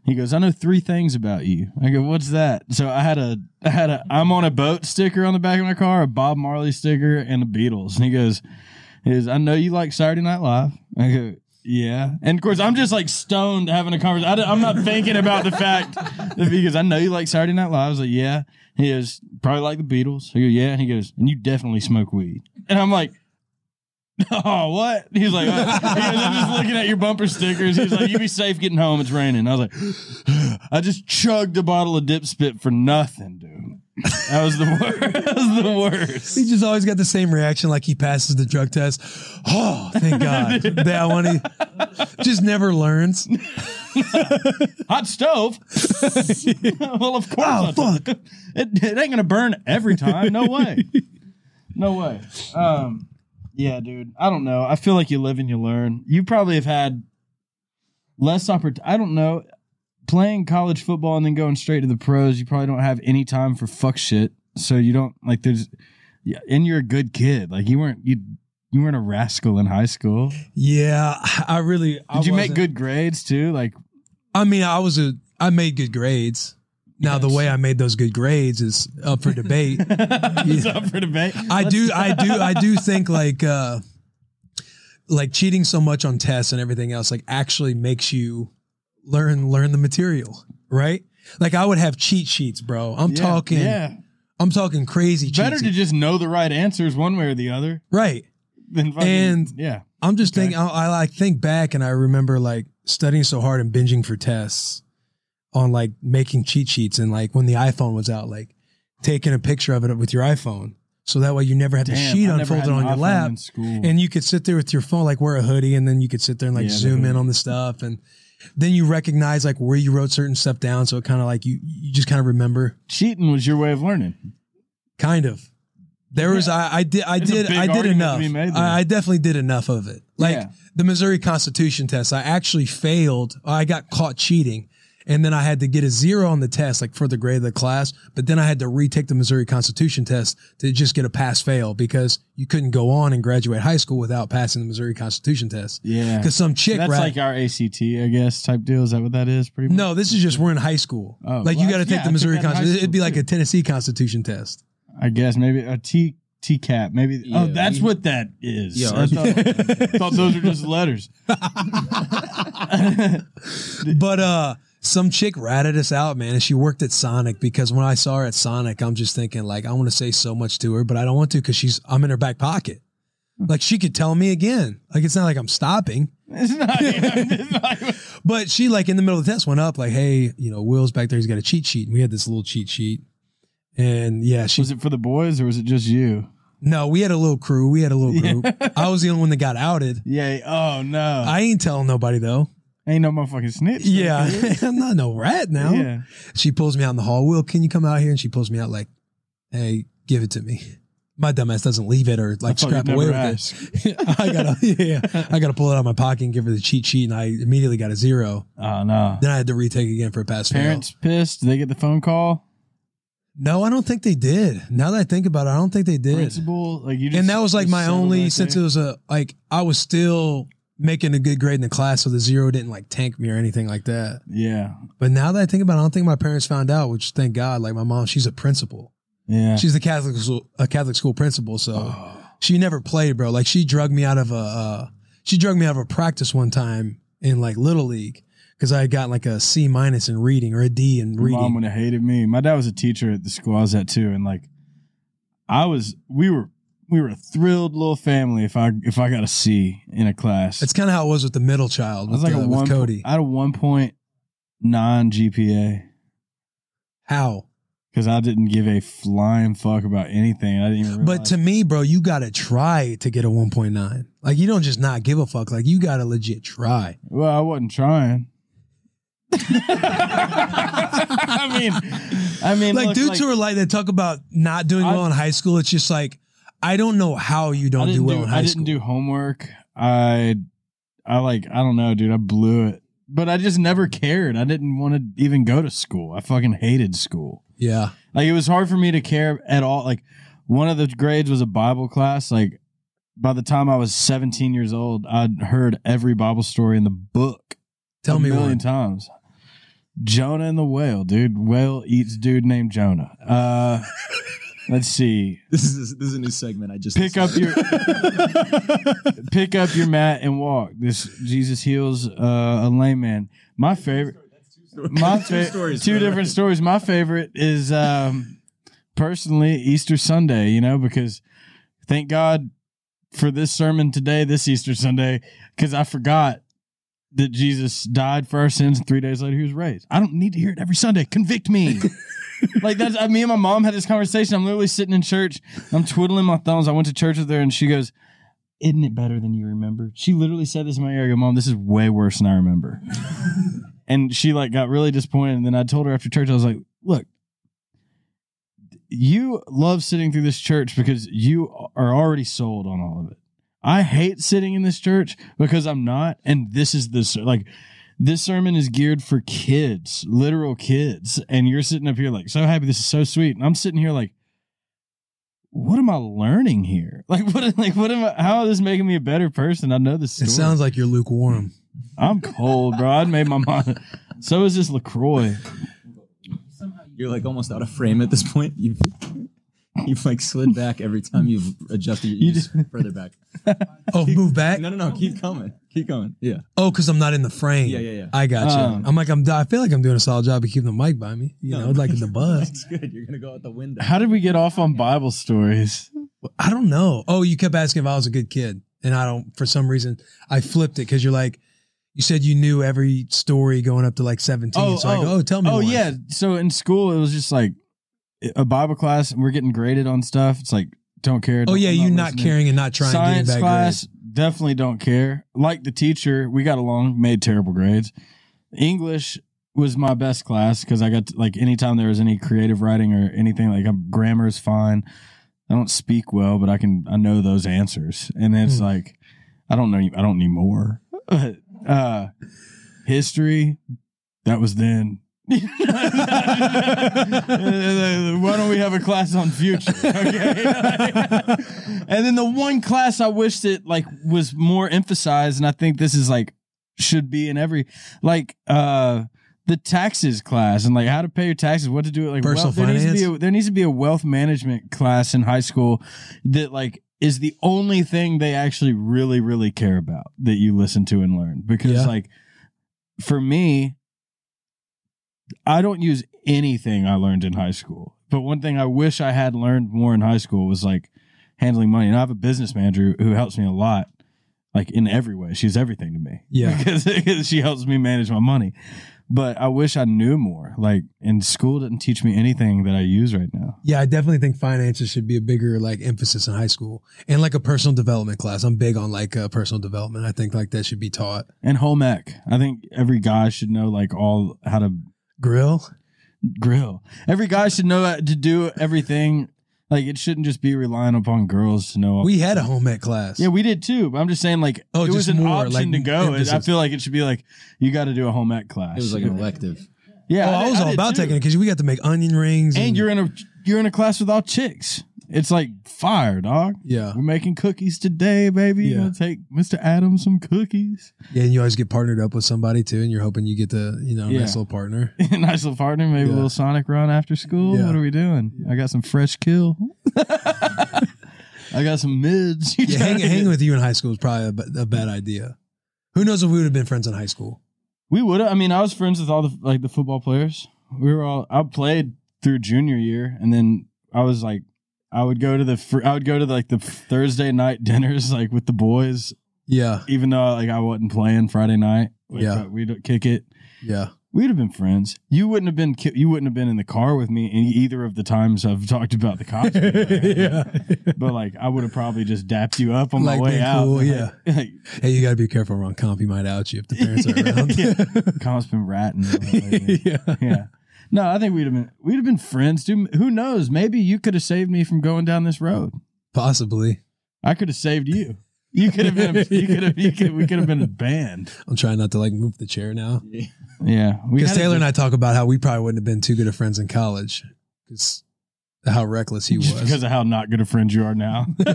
Speaker 1: He goes, I know three things about you. I go, what's that? So I had a, I had a, I'm on a boat sticker on the back of my car, a Bob Marley sticker, and the Beatles. And he goes, he goes, I know you like Saturday Night Live. I go, yeah. And of course, I'm just like stoned having a conversation. I, am not thinking about the fact that he goes, I know you like Saturday Night Live. I was like, yeah. He goes, probably like the Beatles. I go, yeah. And he goes, and you definitely smoke weed. And I'm like, <laughs> Oh, what? He's like, uh, he goes, I'm just looking at your bumper stickers. He's like, you be safe getting home. It's raining. I was like, I just chugged a bottle of dip spit for nothing, dude. That was the worst. <laughs> That was the worst.
Speaker 3: he just always got the same reaction. Like he passes the drug test. Oh, thank
Speaker 1: <laughs>
Speaker 3: God. that one he just never learns.
Speaker 1: Hot
Speaker 3: <laughs>
Speaker 1: stove. well, of course.
Speaker 3: Oh
Speaker 1: I took
Speaker 3: fuck.
Speaker 1: It, it ain't gonna burn every time. No
Speaker 3: <laughs>
Speaker 1: way. no way. Um, yeah, dude. I don't know. I feel like you live and you learn. You probably have had less opportunity. I don't know. Playing college football and then going straight to the pros, you probably don't have any time for fuck shit. So you don't like there's, yeah, and you're a good kid. Like you weren't you you weren't a rascal in high school. Did
Speaker 3: Yeah, I really. Did I
Speaker 1: you make
Speaker 3: wasn't-
Speaker 1: good grades too?
Speaker 3: <laughs>
Speaker 1: Like <laughs>
Speaker 3: I mean, I was a. I made good grades. Now the
Speaker 1: Yes.
Speaker 3: way I made those good grades is up for debate.
Speaker 1: <laughs> it's up for debate.
Speaker 3: I do, I do, I do think like uh like cheating so much on tests and everything else like actually makes you learn learn the material, right? Like I would have cheat sheets, bro. I'm
Speaker 1: Yeah,
Speaker 3: talking,
Speaker 1: Yeah.
Speaker 3: I'm talking crazy cheat
Speaker 1: Better to
Speaker 3: sheets.
Speaker 1: just know the right answers one way or the other
Speaker 3: right.
Speaker 1: than fucking,
Speaker 3: And-
Speaker 1: yeah.
Speaker 3: I'm just
Speaker 1: Okay.
Speaker 3: thinking. I, I like think back and I remember like studying so hard and binging for tests on like making cheat sheets and like when the iPhone was out, like taking a picture of it with your iPhone, so that way you never have the
Speaker 1: Damn,
Speaker 3: sheet
Speaker 1: I never had
Speaker 3: unfolded
Speaker 1: an
Speaker 3: on your
Speaker 1: iPhone
Speaker 3: lap.
Speaker 1: in school.
Speaker 3: and you could sit there with your phone, like wear a hoodie, and then you could sit there and like
Speaker 1: Yeah, the
Speaker 3: zoom in
Speaker 1: hoodie.
Speaker 3: on the stuff, and then you recognize like where you wrote certain stuff down, so it kind of like you you just kind of remember,
Speaker 1: cheating was your way of learning.
Speaker 3: kind of. There was I, I did I
Speaker 1: It's a
Speaker 3: did
Speaker 1: big
Speaker 3: I did
Speaker 1: argument to
Speaker 3: enough.
Speaker 1: be made there.
Speaker 3: I, I definitely did enough of it. Like
Speaker 1: Yeah.
Speaker 3: the Missouri Constitution test, I actually failed. I got caught cheating. And then I had to get a zero on the test, like for the grade of the class. But then I had to retake the Missouri Constitution test to just get a pass fail because you couldn't go on and graduate high school without passing the Missouri Constitution test.
Speaker 1: Yeah.
Speaker 3: Because some chick,
Speaker 1: That's
Speaker 3: right?
Speaker 1: like our ACT, I guess, type deal. Is that what that is? Pretty much.
Speaker 3: no, this is just we're in high school.
Speaker 1: Oh,
Speaker 3: like
Speaker 1: well,
Speaker 3: you got to
Speaker 1: yeah,
Speaker 3: take
Speaker 1: I
Speaker 3: the
Speaker 1: took
Speaker 3: Missouri
Speaker 1: that in high
Speaker 3: Constitution. It'd be
Speaker 1: school,
Speaker 3: like
Speaker 1: too.
Speaker 3: a Tennessee Constitution test.
Speaker 1: I guess maybe a T T cap. Maybe. oh,
Speaker 4: Yeah,
Speaker 1: that's
Speaker 4: we-
Speaker 1: what that is.
Speaker 4: Yeah,
Speaker 1: I
Speaker 4: our- <laughs>
Speaker 1: thought, thought those were just letters.
Speaker 3: But uh, some chick ratted us out, man, and she worked at Sonic because when I saw her at Sonic, I'm just thinking like I want to say so much to her, but I don't want to because she's I'm in her back pocket. Like she could tell me again. Like it's not like I'm stopping.
Speaker 1: It's not, it's not-
Speaker 3: But she like in the middle of the test went up like, hey, you know, Will's back there. He's got a cheat sheet. And we had this little cheat sheet. And yeah, she
Speaker 1: was it for the boys or was it just you?
Speaker 3: no, we had a little crew. We had a little
Speaker 1: Yeah.
Speaker 3: group. I was the only one that got outed.
Speaker 1: Yeah. Oh no.
Speaker 3: I ain't telling nobody though.
Speaker 1: Ain't no motherfucking snitch.
Speaker 3: Yeah, <laughs> I'm not no rat now.
Speaker 1: Yeah.
Speaker 3: She pulls me out in the hall. Will, can you come out here? And she pulls me out like, hey, give it to me. My dumbass doesn't leave it or
Speaker 1: I
Speaker 3: like
Speaker 1: thought you'd
Speaker 3: scrap away
Speaker 1: never
Speaker 3: with it.
Speaker 1: ask.
Speaker 3: <laughs> I gotta, yeah, I gotta pull it out of my pocket and give her the cheat sheet, and I immediately got a zero.
Speaker 1: Oh no.
Speaker 3: Then I had to retake again for a pass. fail.
Speaker 1: Parents pissed. Did they get the phone call?
Speaker 3: No, I don't think they did. Now that I think about it, I don't think they did.
Speaker 1: Principal. Like you. Just,
Speaker 3: And that was like
Speaker 1: just
Speaker 3: my
Speaker 1: settled
Speaker 3: only
Speaker 1: right
Speaker 3: since it
Speaker 1: there?
Speaker 3: was a like I was still making a good grade in the class, so the zero didn't like tank me or anything like that.
Speaker 1: Yeah.
Speaker 3: But now that I think about it, I don't think my parents found out, which thank God. Like my mom, she's a principal.
Speaker 1: Yeah.
Speaker 3: She's the Catholic school, a Catholic school principal, so
Speaker 1: Oh.
Speaker 3: she never played, bro. Like she drug me out of a uh, she drug me out of a practice one time in like little league because I had gotten like a C minus in reading or a D in
Speaker 1: My Mom
Speaker 3: reading.
Speaker 1: would have hated me. My dad was a teacher at the school I was at too, and like, I was. We were. We were a thrilled little family. If I if I got a C in a class,
Speaker 3: It's kind of how it was with the middle child
Speaker 1: I was
Speaker 3: with,
Speaker 1: like
Speaker 3: uh,
Speaker 1: a
Speaker 3: with
Speaker 1: one.
Speaker 3: Cody.
Speaker 1: I had a one point nine GPA
Speaker 3: how?
Speaker 1: because I didn't give a flying fuck about anything. I didn't even. Realize.
Speaker 3: But to me, bro, you gotta try to get a 1.9. Like you don't just not give a fuck. Like you gotta legit try.
Speaker 1: Well, I wasn't
Speaker 3: <laughs>
Speaker 1: trying. <laughs> I mean, I mean,
Speaker 3: like
Speaker 1: look,
Speaker 3: dudes who are like that talk about not doing
Speaker 1: I-
Speaker 3: well in high school. It's just like I don't know how you
Speaker 1: I
Speaker 3: don't
Speaker 1: didn't
Speaker 3: do well
Speaker 1: do,
Speaker 3: in high
Speaker 1: I didn't
Speaker 3: school.
Speaker 1: do homework. I, I like, I don't know, dude. I blew it, but I just never cared. I didn't want to even go to school. I fucking hated school.
Speaker 3: yeah,
Speaker 1: Like it was hard for me to care at all. Like one of the grades was a Bible class. Like by the time I was 17 years old, I'd heard every Bible story in the book.
Speaker 3: tell
Speaker 1: a
Speaker 3: me
Speaker 1: million
Speaker 3: one.
Speaker 1: times. Jonah and the whale, dude. Whale eats dude named Jonah.
Speaker 3: <laughs>
Speaker 1: Uh, let's see.
Speaker 4: <laughs> This is this is a new segment. I just
Speaker 1: Pick up your pick up your mat and walk. This Jesus heals uh, a lame man. My favorite. My fa- two different stories. My favorite is um, personally Easter Sunday. You know because thank God for this sermon today, this Easter Sunday, because I forgot that Jesus died for our sins and three days later he was raised. I don't need to hear it every Sunday. Convict <laughs> me. like that's I, me and my mom had this conversation. I'm literally sitting in church. I'm twiddling my thumbs. I went to church with her and she goes, Isn't it better than you remember? She literally said this in my ear. I go, Mom, this is way worse than I remember. and she like got really disappointed. And then I told her after church, I was like, look. You love sitting through this church because you are already sold on all of it. I hate sitting in this church because I'm not, and this is this like this sermon is geared for kids, literal kids, and you're sitting up here like so happy this is so sweet, and I'm sitting here like, what am I learning here? <laughs> Like what? Like what am I? How is this making me a better person? I know this. Story.
Speaker 3: It sounds like you're lukewarm.
Speaker 1: I'm cold, bro. I made my mind. So is this Lacroix.
Speaker 4: You're like almost out of frame at this point. You've you've like slid back every time you've adjusted. You,
Speaker 1: You
Speaker 4: just further back.
Speaker 3: Oh, move back.
Speaker 4: No, no, no. Keep coming. Keep going. Yeah.
Speaker 3: Oh, because I'm not in the frame.
Speaker 4: Yeah, yeah, yeah.
Speaker 3: I got you.
Speaker 1: Um,
Speaker 3: I'm like I'm. I feel like I'm doing a solid job of keeping the mic by me. You know, like in
Speaker 4: <laughs>
Speaker 3: the buzz.
Speaker 4: It's good. You're gonna go out the window.
Speaker 1: How did we get off on Bible stories?
Speaker 3: I don't know. Oh, you kept asking if I was a good kid, and I don't. For some reason, I flipped it because you're like, you said you knew every story going up to like 17. so I go, oh, tell me.
Speaker 1: Oh
Speaker 3: one."
Speaker 1: yeah. So in school, it was just like a Bible class, and we're getting graded on stuff. It's like don't care.
Speaker 3: Oh
Speaker 1: don't-
Speaker 3: yeah,
Speaker 1: I'm
Speaker 3: you not
Speaker 1: listening.
Speaker 3: caring and not trying.
Speaker 1: Science
Speaker 3: getting bad
Speaker 1: class
Speaker 3: grades.
Speaker 1: definitely don't care. Like the teacher, we got along, made terrible grades. English was my best class because I got to, like anytime there was any creative writing or anything like I'm, grammar is fine. I don't speak well, but I can I know those answers, and it's
Speaker 3: Hmm.
Speaker 1: like I don't know I don't need more. <laughs> But, uh, history that was
Speaker 3: <laughs>
Speaker 1: then. Why don't we have a class on
Speaker 3: <laughs>
Speaker 1: future? Okay. and then the one class I wish that like was more emphasized, and I think this is like should be in every like uh the taxes class and like how to pay your taxes, what to do like
Speaker 3: Personal
Speaker 1: wealth- there Needs to be
Speaker 3: finance?
Speaker 1: a, there needs to be a wealth management class in high school that like is the only thing they actually really really care about that you listen to and learn because
Speaker 3: Yeah.
Speaker 1: like for me I don't use anything I learned in high school. But one thing I wish I had learned more in high school was like handling money. And I have a business manager who helps me a lot, like in every way. She's everything to me. <laughs>
Speaker 3: Yeah.
Speaker 1: because she helps me manage my money. But I wish I knew more. Like, and school didn't teach me anything that I use right now.
Speaker 3: Yeah, I definitely think finances should be a bigger like emphasis in high school and like a personal development class. I'm big on like uh, personal development. I think like that should be taught.
Speaker 1: And home ec. I think every guy should know like all how to
Speaker 3: Grill.
Speaker 1: grill. Every guy should know how to do everything. Like it shouldn't just be relying upon girls to know. all-
Speaker 3: We had a home ec class.
Speaker 1: yeah, we did too. But I'm just saying, like
Speaker 3: Oh,
Speaker 1: it was
Speaker 3: just
Speaker 1: an
Speaker 3: more,
Speaker 1: option
Speaker 3: like,
Speaker 1: to go.
Speaker 3: emphasis.
Speaker 1: I feel like it should be like you got to do a home ec class.
Speaker 4: It was like an elective.
Speaker 1: yeah,
Speaker 3: Oh, I,
Speaker 1: did-
Speaker 3: was all
Speaker 1: did
Speaker 3: about
Speaker 1: too.
Speaker 3: taking it because we got to make onion rings.
Speaker 1: And you're in a you're in a class with all chicks. It's like fire, dog.
Speaker 3: yeah,
Speaker 1: We're making cookies today, baby.
Speaker 3: Yeah.
Speaker 1: Gonna take Mr. Adams some cookies.
Speaker 3: yeah, and you always get partnered up with somebody too, and you're hoping you get the you know
Speaker 1: Yeah.
Speaker 3: nice little
Speaker 1: <laughs>
Speaker 3: partner.
Speaker 1: nice little partner. Maybe a
Speaker 3: Yeah.
Speaker 1: little Sonic run after school.
Speaker 3: Yeah.
Speaker 1: What are we doing? I got some fresh kill. <laughs> I got some mids. <laughs> You
Speaker 3: Yeah,
Speaker 1: trying
Speaker 3: hang,
Speaker 1: to
Speaker 3: hanging
Speaker 1: get-
Speaker 3: with you in high school is probably a, b- a bad idea. Who knows if we would have been friends in high school?
Speaker 1: We would. I mean, I was friends with all the like the football players. We were all. I played through junior year, and then I was like, I would go to the. fr- I would go to like the Thursday night <laughs> dinners, like with the boys,
Speaker 3: Yeah,
Speaker 1: even though like I wasn't playing Friday night. Like,
Speaker 3: Yeah.
Speaker 1: we'd kick it. <laughs>
Speaker 3: yeah.
Speaker 1: We'd have been friends. You wouldn't have been. ki- You wouldn't have been in the car with me any either of the times I've talked about the cops.
Speaker 3: <laughs>
Speaker 1: being there. But like, I would have probably just dapped you up on
Speaker 3: Like,
Speaker 1: my way
Speaker 3: been
Speaker 1: out.
Speaker 3: cool,
Speaker 1: Like-
Speaker 3: yeah.
Speaker 1: <laughs> like,
Speaker 3: Hey, you got to be careful around comp. He might out you if the parents
Speaker 1: <laughs>
Speaker 3: are around.
Speaker 1: Com's been
Speaker 3: <laughs>
Speaker 1: ratting.
Speaker 3: yeah.
Speaker 1: yeah. No, I think we'd have been we'd have been friends. Dude, who knows? Maybe you could have saved me from going down this road.
Speaker 3: Possibly.
Speaker 1: I could have saved you. You could have been. You could have. You could, we could have been a band.
Speaker 3: I'm trying not to like move the chair now.
Speaker 1: Yeah. We
Speaker 3: Because
Speaker 1: had a
Speaker 3: Taylor and
Speaker 1: diff-
Speaker 3: I talk about how we probably wouldn't have been too good of friends in college because how reckless
Speaker 1: <laughs>
Speaker 3: he
Speaker 1: just
Speaker 3: was.
Speaker 1: because of how not good a friend you are now. <laughs>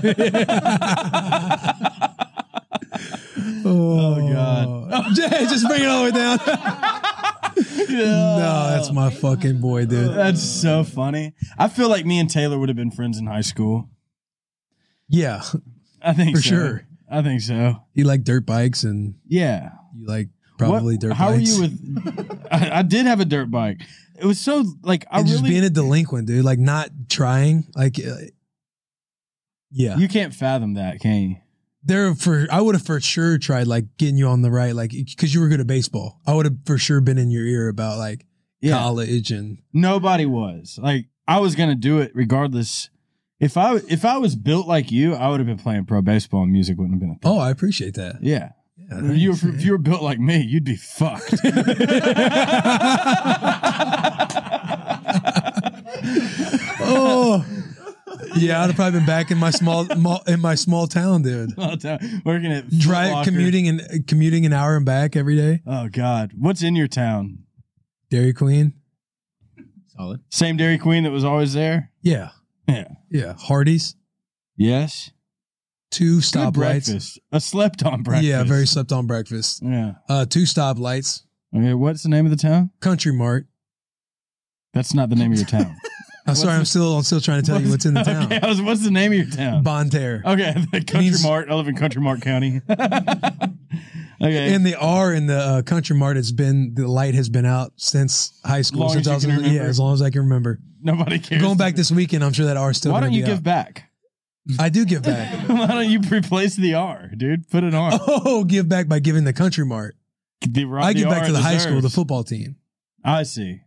Speaker 3: oh, <laughs>
Speaker 1: God.
Speaker 3: Jay, just bring it all the way down. <laughs> <laughs> no, that's my fucking boy,
Speaker 1: <laughs>
Speaker 3: dude.
Speaker 1: That's so funny. I feel like me and Taylor would have been friends in high school.
Speaker 3: Yeah.
Speaker 1: I think
Speaker 3: For
Speaker 1: so.
Speaker 3: sure.
Speaker 1: I think so.
Speaker 3: He liked dirt bikes and
Speaker 1: Yeah.
Speaker 3: you like probably
Speaker 1: What-
Speaker 3: dirt
Speaker 1: How
Speaker 3: bikes.
Speaker 1: are you with? I, I did have a dirt bike. It was so like I
Speaker 3: <laughs> and
Speaker 1: really
Speaker 3: just being a delinquent, dude, like not trying, like, uh, yeah,
Speaker 1: you can't fathom that, can you?
Speaker 3: there for I would have for sure tried like getting you on the right, like because you were good at baseball. I would have for sure been in your ear about like college and
Speaker 1: Nobody was like I was gonna do it regardless. If I if I was built like you, I would have been playing pro baseball and music wouldn't have been a thing.
Speaker 3: oh, I appreciate that.
Speaker 1: Yeah.
Speaker 3: Yeah,
Speaker 1: If you,
Speaker 3: thanks,
Speaker 1: were, if you were built like me, you'd be
Speaker 3: <laughs>
Speaker 1: fucked. <laughs>
Speaker 3: oh, yeah, I'd have probably been back in my small <laughs> mo- in my small town, dude.
Speaker 1: All the time. Working at Foot
Speaker 3: Drive
Speaker 1: Locker.
Speaker 3: commuting and uh, commuting an hour and back every day.
Speaker 1: Oh God, what's in your town?
Speaker 3: Dairy Queen,
Speaker 4: Solid.
Speaker 1: Same Dairy Queen that was always there.
Speaker 3: yeah,
Speaker 1: Yeah.
Speaker 3: yeah. Hardee's,
Speaker 1: Yes.
Speaker 3: two
Speaker 1: Good
Speaker 3: stoplights.
Speaker 1: breakfast. A slept on breakfast.
Speaker 3: Yeah, very slept on breakfast.
Speaker 1: Yeah.
Speaker 3: Uh, two stoplights.
Speaker 1: Okay. What's the name of the town?
Speaker 3: Country Mart.
Speaker 1: That's not the name of your town.
Speaker 3: I'm sorry, I'm still I'm still trying to <laughs> tell you what's in the
Speaker 1: <laughs>
Speaker 3: town.
Speaker 1: Okay, I was, what's the name of your town?
Speaker 3: Bonterre.
Speaker 1: Okay, <laughs> the Country
Speaker 3: means-
Speaker 1: Mart. I live in Country Mart County. <laughs> okay,
Speaker 3: And the R in the uh, Country Mart has been the light has been out since high school.
Speaker 1: Long as
Speaker 3: since
Speaker 1: you
Speaker 3: I was
Speaker 1: can
Speaker 3: yeah,
Speaker 1: remember.
Speaker 3: as long as I can remember.
Speaker 1: nobody cares.
Speaker 3: Going back this weekend, I'm sure that R still.
Speaker 1: Why
Speaker 3: gonna
Speaker 1: don't you
Speaker 3: be
Speaker 1: give
Speaker 3: out.
Speaker 1: back? <laughs>
Speaker 3: I do give back. <laughs>
Speaker 1: Why don't you replace the R, dude? Put an R.
Speaker 3: oh, give back by giving the Country Mart.
Speaker 1: The R-
Speaker 3: I give
Speaker 1: the
Speaker 3: back
Speaker 1: R
Speaker 3: to the high
Speaker 1: deserves.
Speaker 3: school, the football team.
Speaker 1: I see.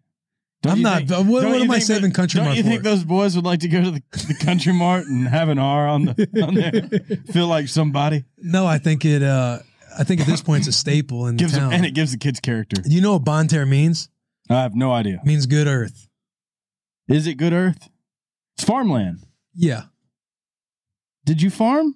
Speaker 3: I'm
Speaker 1: you
Speaker 3: not.
Speaker 1: think-
Speaker 3: what what
Speaker 1: don't you
Speaker 3: am I
Speaker 1: think
Speaker 3: saving
Speaker 1: tho-
Speaker 3: Country
Speaker 1: don't
Speaker 3: Mart
Speaker 1: you
Speaker 3: for?
Speaker 1: think those boys would like to go to the, the Country Mart and have an R on the on
Speaker 3: <laughs>
Speaker 1: there? Feel like somebody
Speaker 3: no, I think it. Uh, I think at this point it's a staple in the
Speaker 1: gives them,
Speaker 3: town.
Speaker 1: and it gives the kids character.
Speaker 3: you know what Bonterre means?
Speaker 1: I have no idea.
Speaker 3: It means good earth.
Speaker 1: Is it good earth? It's farmland.
Speaker 3: Yeah.
Speaker 1: Did you farm?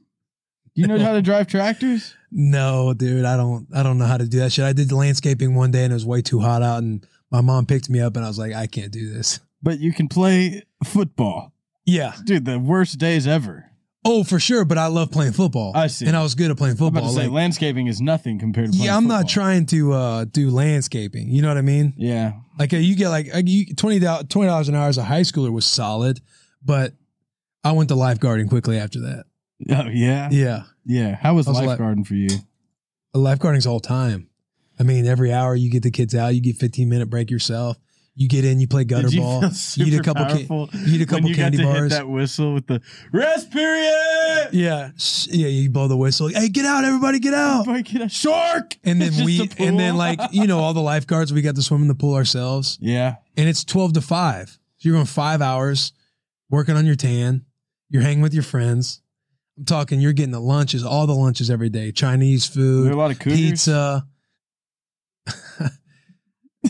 Speaker 1: Do you know
Speaker 3: <laughs>
Speaker 1: how to drive tractors?
Speaker 3: No, dude, I don't I don't know how to do that shit. I did landscaping one day and it was way too hot out and my mom picked me up and I was like, I can't do this.
Speaker 1: But you can play football.
Speaker 3: Yeah.
Speaker 1: Dude, the worst days ever.
Speaker 3: Oh, for sure, but I love playing football.
Speaker 1: I see.
Speaker 3: And I was good at playing
Speaker 1: I'm about
Speaker 3: football.
Speaker 1: to say
Speaker 3: Like,
Speaker 1: landscaping is nothing compared to playing
Speaker 3: yeah, I'm not
Speaker 1: football.
Speaker 3: trying to uh, do landscaping. You know what I mean?
Speaker 1: Yeah.
Speaker 3: Like uh, you get like uh, you, twenty dollars an hour as a high schooler was solid, but I went to lifeguarding quickly after that.
Speaker 1: Oh yeah.
Speaker 3: Yeah,
Speaker 1: Yeah. How was
Speaker 3: I was like-
Speaker 1: lifeguarding for you?
Speaker 3: lifeguarding's all time. I mean, every hour you get the kids out, you get fifteen minute break yourself. You get in, you play gutter
Speaker 1: Did you
Speaker 3: ball,
Speaker 1: feel
Speaker 3: you eat
Speaker 1: super
Speaker 3: a couple, ca-
Speaker 1: powerful
Speaker 3: you eat a couple
Speaker 1: when you
Speaker 3: candy
Speaker 1: got to
Speaker 3: bars.
Speaker 1: Hit that whistle with the rest
Speaker 3: <laughs>
Speaker 1: period.
Speaker 3: Yeah, s- yeah, you blow the whistle. Hey, get out, everybody,
Speaker 1: <laughs>
Speaker 3: get out!
Speaker 1: Like, get a shark.
Speaker 3: And
Speaker 1: <laughs> It's just
Speaker 3: then we,
Speaker 1: a pool.
Speaker 3: and then like you know, all the lifeguards, we got to swim in the pool ourselves.
Speaker 1: <laughs> yeah,
Speaker 3: And it's twelve to five, so you're going five hours working on your tan. You're hanging with your friends. I'm talking. You're getting the lunches, all the lunches every day, Chinese
Speaker 1: Were there
Speaker 3: food,
Speaker 1: a lot of cougars.
Speaker 3: pizza. <laughs>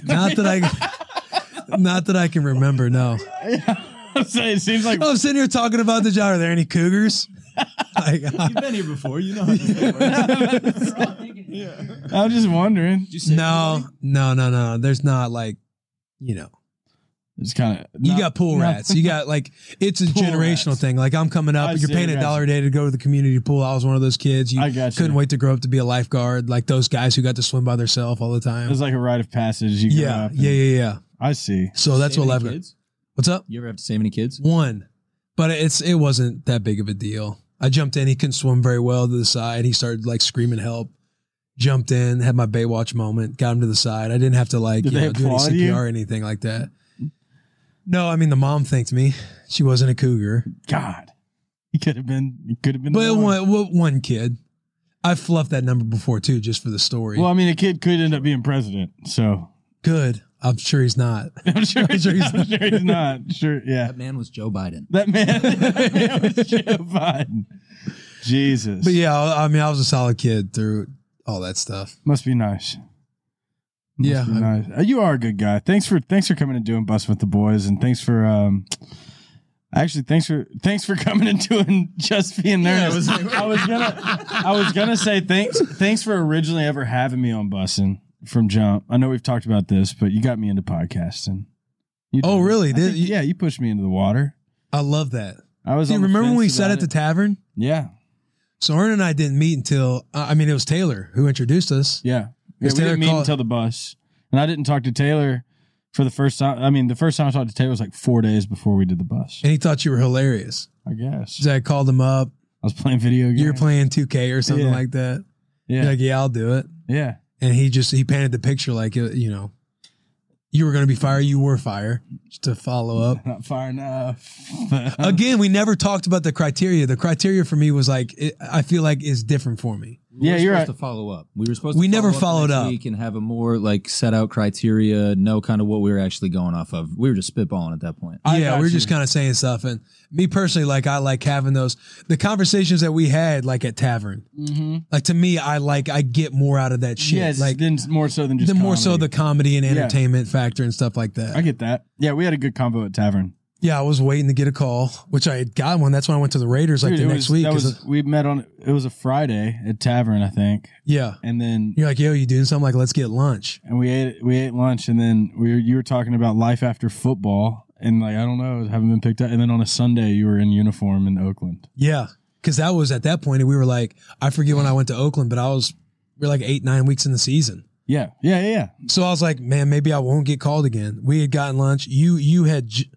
Speaker 3: not that I, <laughs> not that I can remember. No.
Speaker 1: <laughs>
Speaker 3: Oh,
Speaker 1: I'm saying it seems like <laughs>
Speaker 3: I'm sitting here talking about the job. Are there any cougars? <laughs> like,
Speaker 4: You've been here before. You know how this thing
Speaker 1: <laughs>
Speaker 4: works. yeah.
Speaker 1: I'm just wondering.
Speaker 4: Did you say
Speaker 3: no,
Speaker 4: anybody?
Speaker 3: no, no, no. There's not like, you know,
Speaker 1: It's kind of
Speaker 3: you got pool rats. You got like, it's a
Speaker 1: <laughs> Pool
Speaker 3: generational
Speaker 1: rats.
Speaker 3: thing. Like I'm coming
Speaker 1: I
Speaker 3: up, you're
Speaker 1: see,
Speaker 3: paying a
Speaker 1: gotcha.
Speaker 3: dollar a day to go to the community pool. I was one of those kids. You
Speaker 1: I got you.
Speaker 3: couldn't wait to grow up to be a lifeguard. Like those guys who got to swim by themselves all the
Speaker 1: It
Speaker 3: time.
Speaker 1: was like a rite of passage. You grew
Speaker 3: yeah,
Speaker 1: up and-
Speaker 3: yeah, yeah, yeah.
Speaker 1: I see.
Speaker 3: So that's
Speaker 4: Save
Speaker 3: what
Speaker 4: any
Speaker 3: lifeguard.
Speaker 4: kids?
Speaker 3: What's up?
Speaker 4: You ever have to save any kids?
Speaker 3: One, but it's it wasn't that big of a deal. I jumped in. He couldn't swim very well to the side. He started like screaming help. Jumped in, had my Baywatch moment, got him to the side. I didn't have to like
Speaker 1: Did
Speaker 3: you
Speaker 1: they
Speaker 3: know, do any
Speaker 1: applaud
Speaker 3: CPR
Speaker 1: you?
Speaker 3: or anything like that. No, I mean the mom thanked me. She wasn't a cougar,
Speaker 1: God, he could have been. He could have been. the
Speaker 3: but
Speaker 1: one.
Speaker 3: one one- one kid. I fluffed that number before too, just for the story.
Speaker 1: Well, I mean, a kid could end up being president. So <laughs>
Speaker 3: Good. I'm sure he's not.
Speaker 1: I'm sure,
Speaker 3: I'm sure
Speaker 1: he's,
Speaker 3: he's not.
Speaker 1: <laughs> I'm sure he's not. Sure, yeah.
Speaker 4: That man was Joe Biden.
Speaker 1: That man, <laughs> that man was Joe Biden. Jesus,
Speaker 3: But yeah, I I mean, I was a solid kid through all that stuff.
Speaker 1: must be nice. Must
Speaker 3: Yeah,
Speaker 1: be
Speaker 3: I-
Speaker 1: nice. Uh, you are a good guy. Thanks for thanks for coming and doing bus with the boys, and thanks for um. Actually, thanks for thanks for <laughs> coming and doing just being
Speaker 4: Yeah,
Speaker 1: nervous.
Speaker 4: it was like-
Speaker 1: I was gonna I was gonna say thanks thanks for originally ever having me on bussin from jump. I know we've talked about this, but you got me into podcasting. You
Speaker 3: Oh,
Speaker 1: did.
Speaker 3: really?
Speaker 1: I
Speaker 3: Did
Speaker 1: think-
Speaker 3: you-
Speaker 1: yeah, you pushed me into the water.
Speaker 3: I love that.
Speaker 1: I was.
Speaker 3: Do you
Speaker 1: on the
Speaker 3: remember
Speaker 1: fence
Speaker 3: when we sat
Speaker 1: about
Speaker 3: at the
Speaker 1: it.
Speaker 3: tavern?
Speaker 1: yeah,
Speaker 3: So Ern and I didn't meet until uh, I mean it was Taylor who introduced us.
Speaker 1: yeah. yeah we
Speaker 3: Is Taylor
Speaker 1: didn't meet
Speaker 3: call-
Speaker 1: until the bus, and I didn't talk to Taylor for the first time. I mean, the first time I talked to Taylor was like four days before we did the bus.
Speaker 3: And he thought you were hilarious.
Speaker 1: I guess I
Speaker 3: So I called him up.
Speaker 1: was playing video games.
Speaker 3: You were playing 2K or something
Speaker 1: Yeah.
Speaker 3: like that.
Speaker 1: yeah,
Speaker 3: You're like, yeah, I'll do it.
Speaker 1: yeah,
Speaker 3: And he just he painted the picture like uh, you know, you were gonna be fire. You were fire. Just to follow up.
Speaker 1: not far enough.
Speaker 3: <laughs>
Speaker 1: Um,
Speaker 3: Again, we never talked about the criteria. The criteria for me was like it, I feel like is different for me.
Speaker 4: We
Speaker 1: Yeah,
Speaker 4: were
Speaker 1: you're
Speaker 4: supposed
Speaker 1: right.
Speaker 4: to follow up. We were supposed.
Speaker 3: We
Speaker 4: to
Speaker 3: never
Speaker 4: follow
Speaker 3: followed
Speaker 4: next
Speaker 3: up.
Speaker 4: Week and have a more like set out criteria. Know kind of what we were actually going off of. We were just spitballing at that point.
Speaker 1: I
Speaker 3: yeah,
Speaker 1: got
Speaker 3: we were
Speaker 1: you.
Speaker 3: just kind of saying stuff. And me personally, like I like having those the conversations that we had like at tavern.
Speaker 1: mm-hmm.
Speaker 3: Like to me, I like I get more out of that shit.
Speaker 1: Yeah, it's
Speaker 3: like
Speaker 1: then more so than just
Speaker 3: the more so
Speaker 1: comedy.
Speaker 3: the comedy and
Speaker 1: Yeah.
Speaker 3: entertainment factor and stuff like
Speaker 1: I
Speaker 3: that.
Speaker 1: get that. Yeah, we had a good combo at Tavern.
Speaker 3: Yeah, I was waiting to get a call, which I had got one. That's when I went to the Raiders like
Speaker 1: Dude,
Speaker 3: the
Speaker 1: it was,
Speaker 3: next week.
Speaker 1: that
Speaker 3: 'cause
Speaker 1: was-
Speaker 3: of-
Speaker 1: we met on it was a Friday at Tavern, I think,
Speaker 3: yeah,
Speaker 1: and then
Speaker 3: you're like, yo, you doing something? Like, let's get lunch.
Speaker 1: and we ate we ate lunch, and then we were, you were talking about life after football, and like I don't know, haven't been picked up, and then on a Sunday you were in uniform in Oakland.
Speaker 3: Yeah, because that was at that point, and we were like, I forget when I went to Oakland, but I was we are like eight nine weeks in the season.
Speaker 1: Yeah, yeah, yeah. yeah.
Speaker 3: So I was like, man, maybe I won't get called again. We had gotten lunch. You you had j-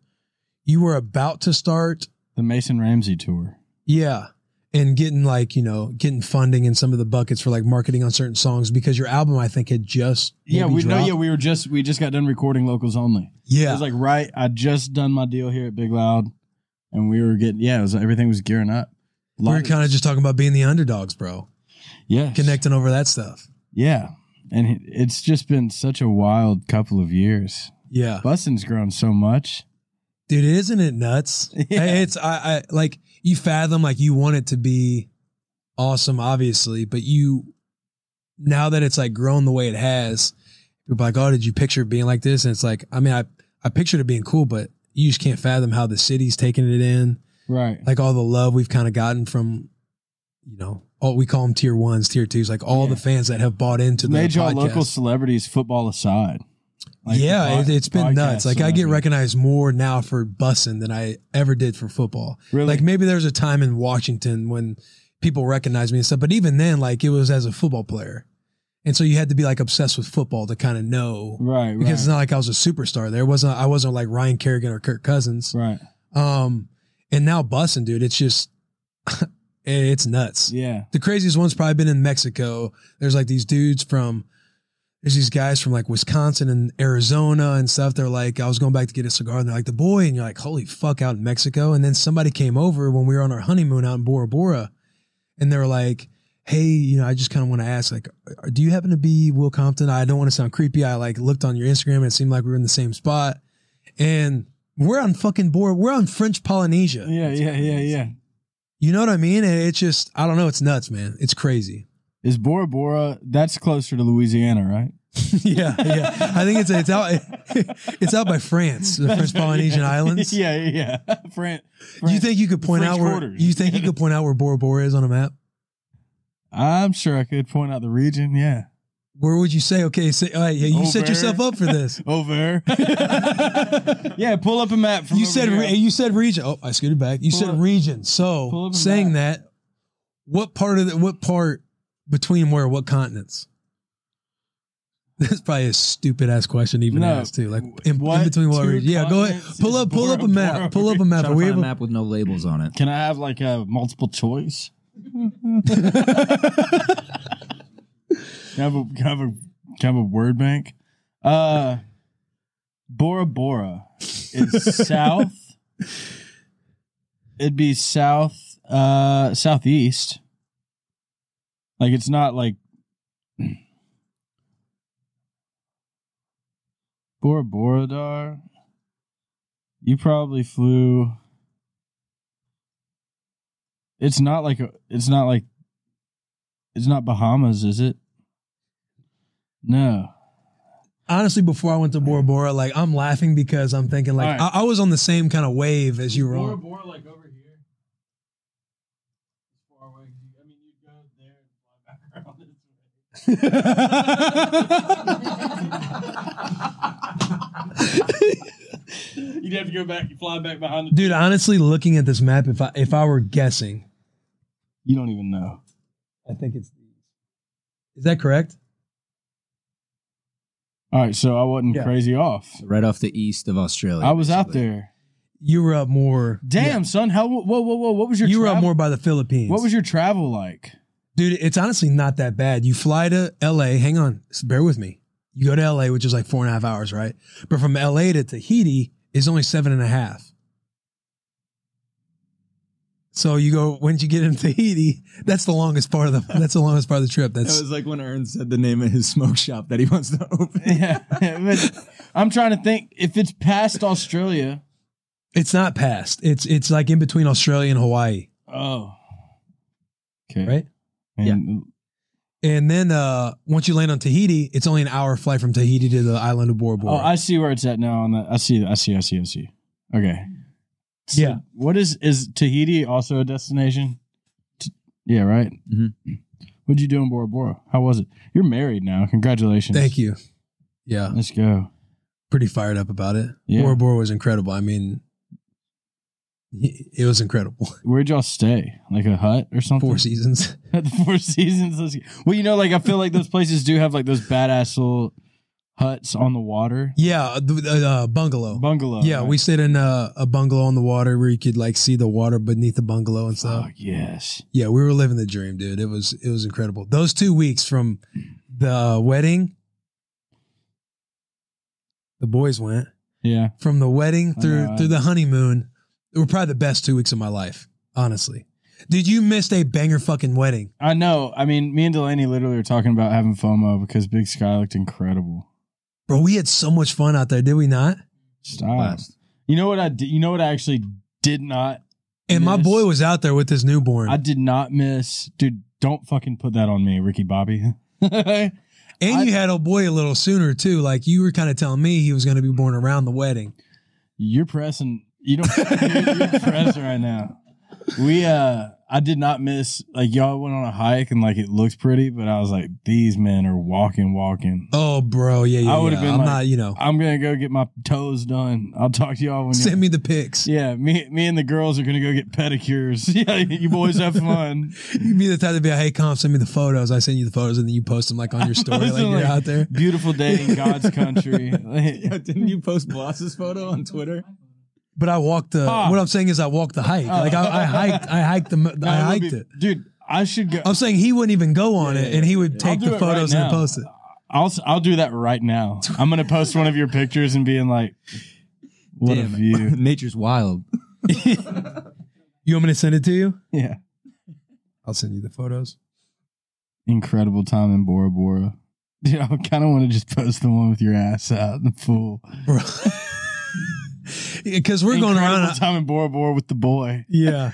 Speaker 3: you were about to start
Speaker 1: The Mason Ramsey tour.
Speaker 3: Yeah. And getting like, you know, getting funding in some of the buckets for like marketing on certain songs because your album I think had just
Speaker 1: Yeah,
Speaker 3: maybe
Speaker 1: we know.
Speaker 3: dropped.
Speaker 1: Yeah, we were just we just got done recording locals only. It
Speaker 3: yeah.
Speaker 1: was like right. I just done my deal here at Big Loud, and we were getting yeah. It was everything was gearing up.
Speaker 3: we were kind of just talking about being the underdogs, bro.
Speaker 1: yeah
Speaker 3: Connecting over that stuff.
Speaker 1: Yeah. And it- it's just been such a wild couple of years.
Speaker 3: Yeah.
Speaker 1: Bussing's grown so much.
Speaker 3: Dude, isn't it nuts?
Speaker 1: <laughs> Yeah.
Speaker 3: I- It's I, I like you fathom like you want it to be awesome, obviously, but you now that it's like grown the way it has, people are like, oh, did you picture it being like this? And it's like, I mean, I I pictured it being cool, but you just can't fathom how the city's taking it in.
Speaker 1: Right.
Speaker 3: like all the love we've kind of gotten from, you know, all we call them tier ones, tier twws, like all
Speaker 1: Yeah.
Speaker 3: the fans that have bought into the
Speaker 1: Made y'all
Speaker 3: podcast.
Speaker 1: local celebrities, football aside. Like,
Speaker 3: yeah,
Speaker 1: the
Speaker 3: it,
Speaker 1: pod-
Speaker 3: it's been
Speaker 1: podcast
Speaker 3: nuts. Like I get
Speaker 1: celebrity.
Speaker 3: recognized more now for bussing than I ever did for football.
Speaker 1: Really?
Speaker 3: Like maybe there was a time in Washington when people recognized me and stuff, but even then, like it was as a football player, and so you had to be like obsessed with football to kind of know.
Speaker 1: right, Mm, right.
Speaker 3: Because it's not like I was a superstar. There It wasn't I wasn't like Ryan Kerrigan or Kirk Cousins.
Speaker 1: right.
Speaker 3: Um, and now bussing, dude, it's just <laughs> it's nuts.
Speaker 1: Yeah.
Speaker 3: The craziest one's probably been in Mexico. There's like these dudes from there's these guys from like Wisconsin and Arizona and stuff. They're like, I was going back to get a cigar, and they're like, the boy, and you're like, holy fuck, out in Mexico. And then somebody came over when we were on our honeymoon out in Bora Bora, and they were like, hey, you know, I just kind of want to ask, like, are- do you happen to be Will Compton? I don't want to sound creepy. I like looked on your Instagram, and it seemed like we were in the same spot, and we're on fucking Bora, we're on French Polynesia.
Speaker 1: Yeah, yeah, yeah, yeah.
Speaker 3: You know what I mean? And it's just, I don't know, it's nuts, man. It's
Speaker 1: <laughs>
Speaker 3: crazy. <laughs>
Speaker 1: Is Bora Bora? That's closer to Louisiana, right?
Speaker 3: yeah, yeah. I think it's it's out <laughs> it's out by France, the
Speaker 1: <laughs>
Speaker 3: French Polynesian Islands.
Speaker 1: yeah, yeah, yeah. <laughs> Fran-
Speaker 3: Do
Speaker 1: Fran-
Speaker 3: you think you could point
Speaker 1: French
Speaker 3: out where
Speaker 1: quarters.
Speaker 3: you think you could point out where Bora Bora is on a map?
Speaker 1: I'm sure I could point out the region. Yeah,
Speaker 3: Where would you say? Okay, say, all right, yeah, you set
Speaker 1: Over. <laughs>
Speaker 3: yourself up for this.
Speaker 1: over.
Speaker 3: <laughs>
Speaker 1: there. yeah, pull up a map. From
Speaker 3: you
Speaker 1: over
Speaker 3: said
Speaker 1: here.
Speaker 3: re- you said region. Oh, I scooted back. You
Speaker 1: Pull
Speaker 3: said
Speaker 1: up-
Speaker 3: region.
Speaker 1: pull
Speaker 3: So
Speaker 1: up and
Speaker 3: saying that, what part of the what part between where what continents? <laughs> That's probably a stupid ass question to even
Speaker 1: No.
Speaker 3: asked too. Like in,
Speaker 1: What
Speaker 3: in between what?
Speaker 1: two
Speaker 3: region? Yeah, go ahead.
Speaker 1: continents
Speaker 3: Pull
Speaker 1: is
Speaker 3: up, pull up a
Speaker 1: Bora Bora?
Speaker 3: map. Pull up a map.
Speaker 4: Try
Speaker 3: Are
Speaker 4: to
Speaker 3: we
Speaker 4: find a
Speaker 3: able-
Speaker 4: map with no labels on it.
Speaker 1: Can I have like a multiple choice? <laughs> can, I have a, can, I have a, can I have a word bank? Uh, Bora Bora is south. It'd be south, uh, southeast. Like it's not like <clears throat> Bora Bora Dar. You probably flew it's not like a, it's not like it's not Bahamas, is it? No.
Speaker 3: <laughs> honestly, before I went to Bora Bora, like I'm laughing because I'm thinking like
Speaker 1: Alright.
Speaker 3: I, I was on the same kind of wave as you were on.
Speaker 1: Bora, like over here. As far away. I mean, you go there and fly <laughs> back around this way. <laughs> You'd have to go back. You fly back behind the.
Speaker 3: Dude, honestly, looking at this map, if I if I were guessing,
Speaker 1: You don't even know.
Speaker 3: I think it's these. Is that correct?
Speaker 1: All right, so I wasn't
Speaker 3: Yeah.
Speaker 1: crazy off.
Speaker 4: Right off the east of Australia.
Speaker 1: I was out
Speaker 4: basically.
Speaker 1: there.
Speaker 3: You were up more.
Speaker 1: Damn, son. How? Whoa, whoa, whoa! What was your?
Speaker 3: you were up
Speaker 1: travel-
Speaker 3: more by the Philippines.
Speaker 1: What was your travel like? <laughs>
Speaker 3: Dude, it's honestly not that bad. You fly to LA, hang on, s- bear with me. You go to LA, which is like four and a half hours, right? But from LA to Tahiti is only seven and a half. So you go once you get in <laughs> Tahiti, that's the longest part of the that's the longest part of the trip.
Speaker 4: That
Speaker 3: That's
Speaker 4: was like when Ern said the name of his smoke shop that he wants to <laughs> open.
Speaker 1: yeah. <laughs> but I'm trying to think if it's past Australia.
Speaker 3: it's not past. It's it's like in between Australia and Hawaii,
Speaker 1: Oh. Okay.
Speaker 3: right?
Speaker 1: And
Speaker 3: And then uh once you land on Tahiti, it's only an hour flight from Tahiti to the island of Bora Bora.
Speaker 1: Oh, I see where it's at now on the I see I see I see I see. Okay. So
Speaker 3: Yeah.
Speaker 1: What is is Tahiti also a destination? T- yeah, right?
Speaker 4: Mhm.
Speaker 3: Mm-hmm.
Speaker 1: What'd you do in Bora Bora? How was it? You're married now. Congratulations.
Speaker 3: Thank you. Yeah.
Speaker 1: Let's go.
Speaker 3: pretty fired up about it.
Speaker 1: Yeah.
Speaker 3: Bora Bora was incredible. I mean, it was incredible. <laughs>
Speaker 1: Where'd y'all stay? Like a hut or something? <laughs>
Speaker 3: Four seasons.
Speaker 1: At the Four Seasons. Let's- Well, you know, like I feel like those places do have like those badass little huts on the water.
Speaker 3: Yeah, the, the uh, bungalow.
Speaker 1: Bungalow.
Speaker 3: yeah,
Speaker 1: right?
Speaker 3: we stayed in a, a bungalow on the water where you could like see the water beneath the bungalow and stuff.
Speaker 1: Fuck yes.
Speaker 3: Yeah, we were living the dream, dude. It was it was incredible. Those two weeks from the wedding, the boys went
Speaker 1: Yeah.
Speaker 3: from the wedding
Speaker 1: I
Speaker 3: through
Speaker 1: know, I-
Speaker 3: through the honeymoon. They were probably the best two weeks of my life, honestly. Dude, you missed a banger fucking wedding.
Speaker 1: I know. I mean, me and Delaney literally were talking about having FOMO because Big Sky looked incredible.
Speaker 3: Bro, we had so much fun out there, did we not?
Speaker 1: Stop. You know what I did? You know what I actually did not?
Speaker 3: And my
Speaker 1: Yes.
Speaker 3: boy was out there with his newborn.
Speaker 1: I did not miss. Dude, don't fucking put that on me, Ricky Bobby. <laughs> yeah,
Speaker 3: and
Speaker 1: I-
Speaker 3: you had old boy a little sooner too. Like you were kind of telling me he was going to be born around the wedding.
Speaker 1: You're pressing. You don't. you're, you're pressing right now. We. uh I did not miss. Like y'all went on a hike and like it looks pretty, but I was like, these men are walking, walking.
Speaker 3: Oh, bro, yeah, yeah.
Speaker 1: I would've
Speaker 3: yeah.
Speaker 1: been
Speaker 3: I'm
Speaker 1: like-
Speaker 3: not, you know.
Speaker 1: I'm gonna go get my toes done. I'll talk to y'all when. y'all-
Speaker 3: Send me the
Speaker 1: <laughs>
Speaker 3: pics.
Speaker 1: Yeah, me, me and the girls are gonna go get pedicures. <laughs> Yeah, you boys have fun.
Speaker 3: You'd be the type to be like, "Hey, comp, send me the photos." I send you the photos, and then you post them
Speaker 1: <laughs>
Speaker 3: like on your story,
Speaker 1: was
Speaker 3: like you're
Speaker 1: like-
Speaker 3: out there.
Speaker 1: Beautiful day in God's
Speaker 3: <laughs>
Speaker 1: country.
Speaker 4: <laughs> Yeah, didn't you post Boss's photo on Twitter?
Speaker 3: But I walked the.
Speaker 1: Huh.
Speaker 3: What I'm saying is, I walked the hike. Like I, I hiked, I hiked the, I
Speaker 1: I would
Speaker 3: hiked
Speaker 1: be-
Speaker 3: it.
Speaker 1: dude. I should go.
Speaker 3: I'm saying he wouldn't even go on
Speaker 4: Yeah,
Speaker 3: it,
Speaker 4: yeah,
Speaker 3: and he would
Speaker 4: yeah.
Speaker 3: take
Speaker 1: I'll do
Speaker 3: the
Speaker 1: it right
Speaker 3: photos and
Speaker 1: now.
Speaker 3: post it.
Speaker 1: I'll I'll do that right now. I'm gonna post one of your pictures and being like, "What a
Speaker 4: Damn,
Speaker 1: view!" <laughs>
Speaker 4: <laughs> nature's wild.
Speaker 3: You want me to send it to you?
Speaker 1: Yeah,
Speaker 3: I'll send you the photos.
Speaker 1: incredible time in Bora Bora. Dude, I kind of want to just post the one with your ass out in the pool.
Speaker 3: <laughs> Because we're going
Speaker 1: Incredible
Speaker 3: around.
Speaker 1: time in Bora Bora with the boy.
Speaker 3: <laughs> Yeah.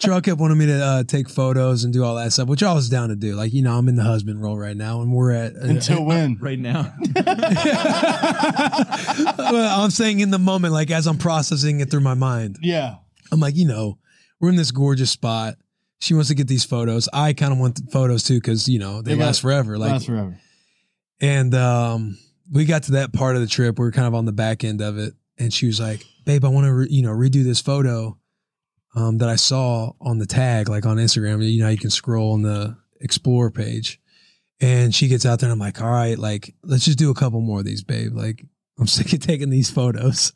Speaker 3: Terrell kept wanting me to uh, take photos and do all that stuff, which I was down to do. Like, you know, I'm in the husband role right now, and we're at. uh,
Speaker 1: Until when?
Speaker 4: Right <laughs> now,
Speaker 3: <laughs> well, I'm saying in the moment, like as I'm processing it through my mind,
Speaker 1: Yeah,
Speaker 3: I'm like, you know, we're in this gorgeous spot. She wants to get these photos. I kind of want the photos too because you know they,
Speaker 1: They
Speaker 3: last,
Speaker 1: last-
Speaker 3: forever. Like,
Speaker 1: last forever.
Speaker 3: and um, we got to that part of the trip. We were kind of on the back end of it, and she was like, "Babe, I want to, re- you know, redo this photo um, that I saw on the tag, like on Instagram. You know, you can scroll on the explore page." And she gets out there, and I'm like, "All right, like let's just do a couple more of these, babe. Like I'm sick of taking these photos."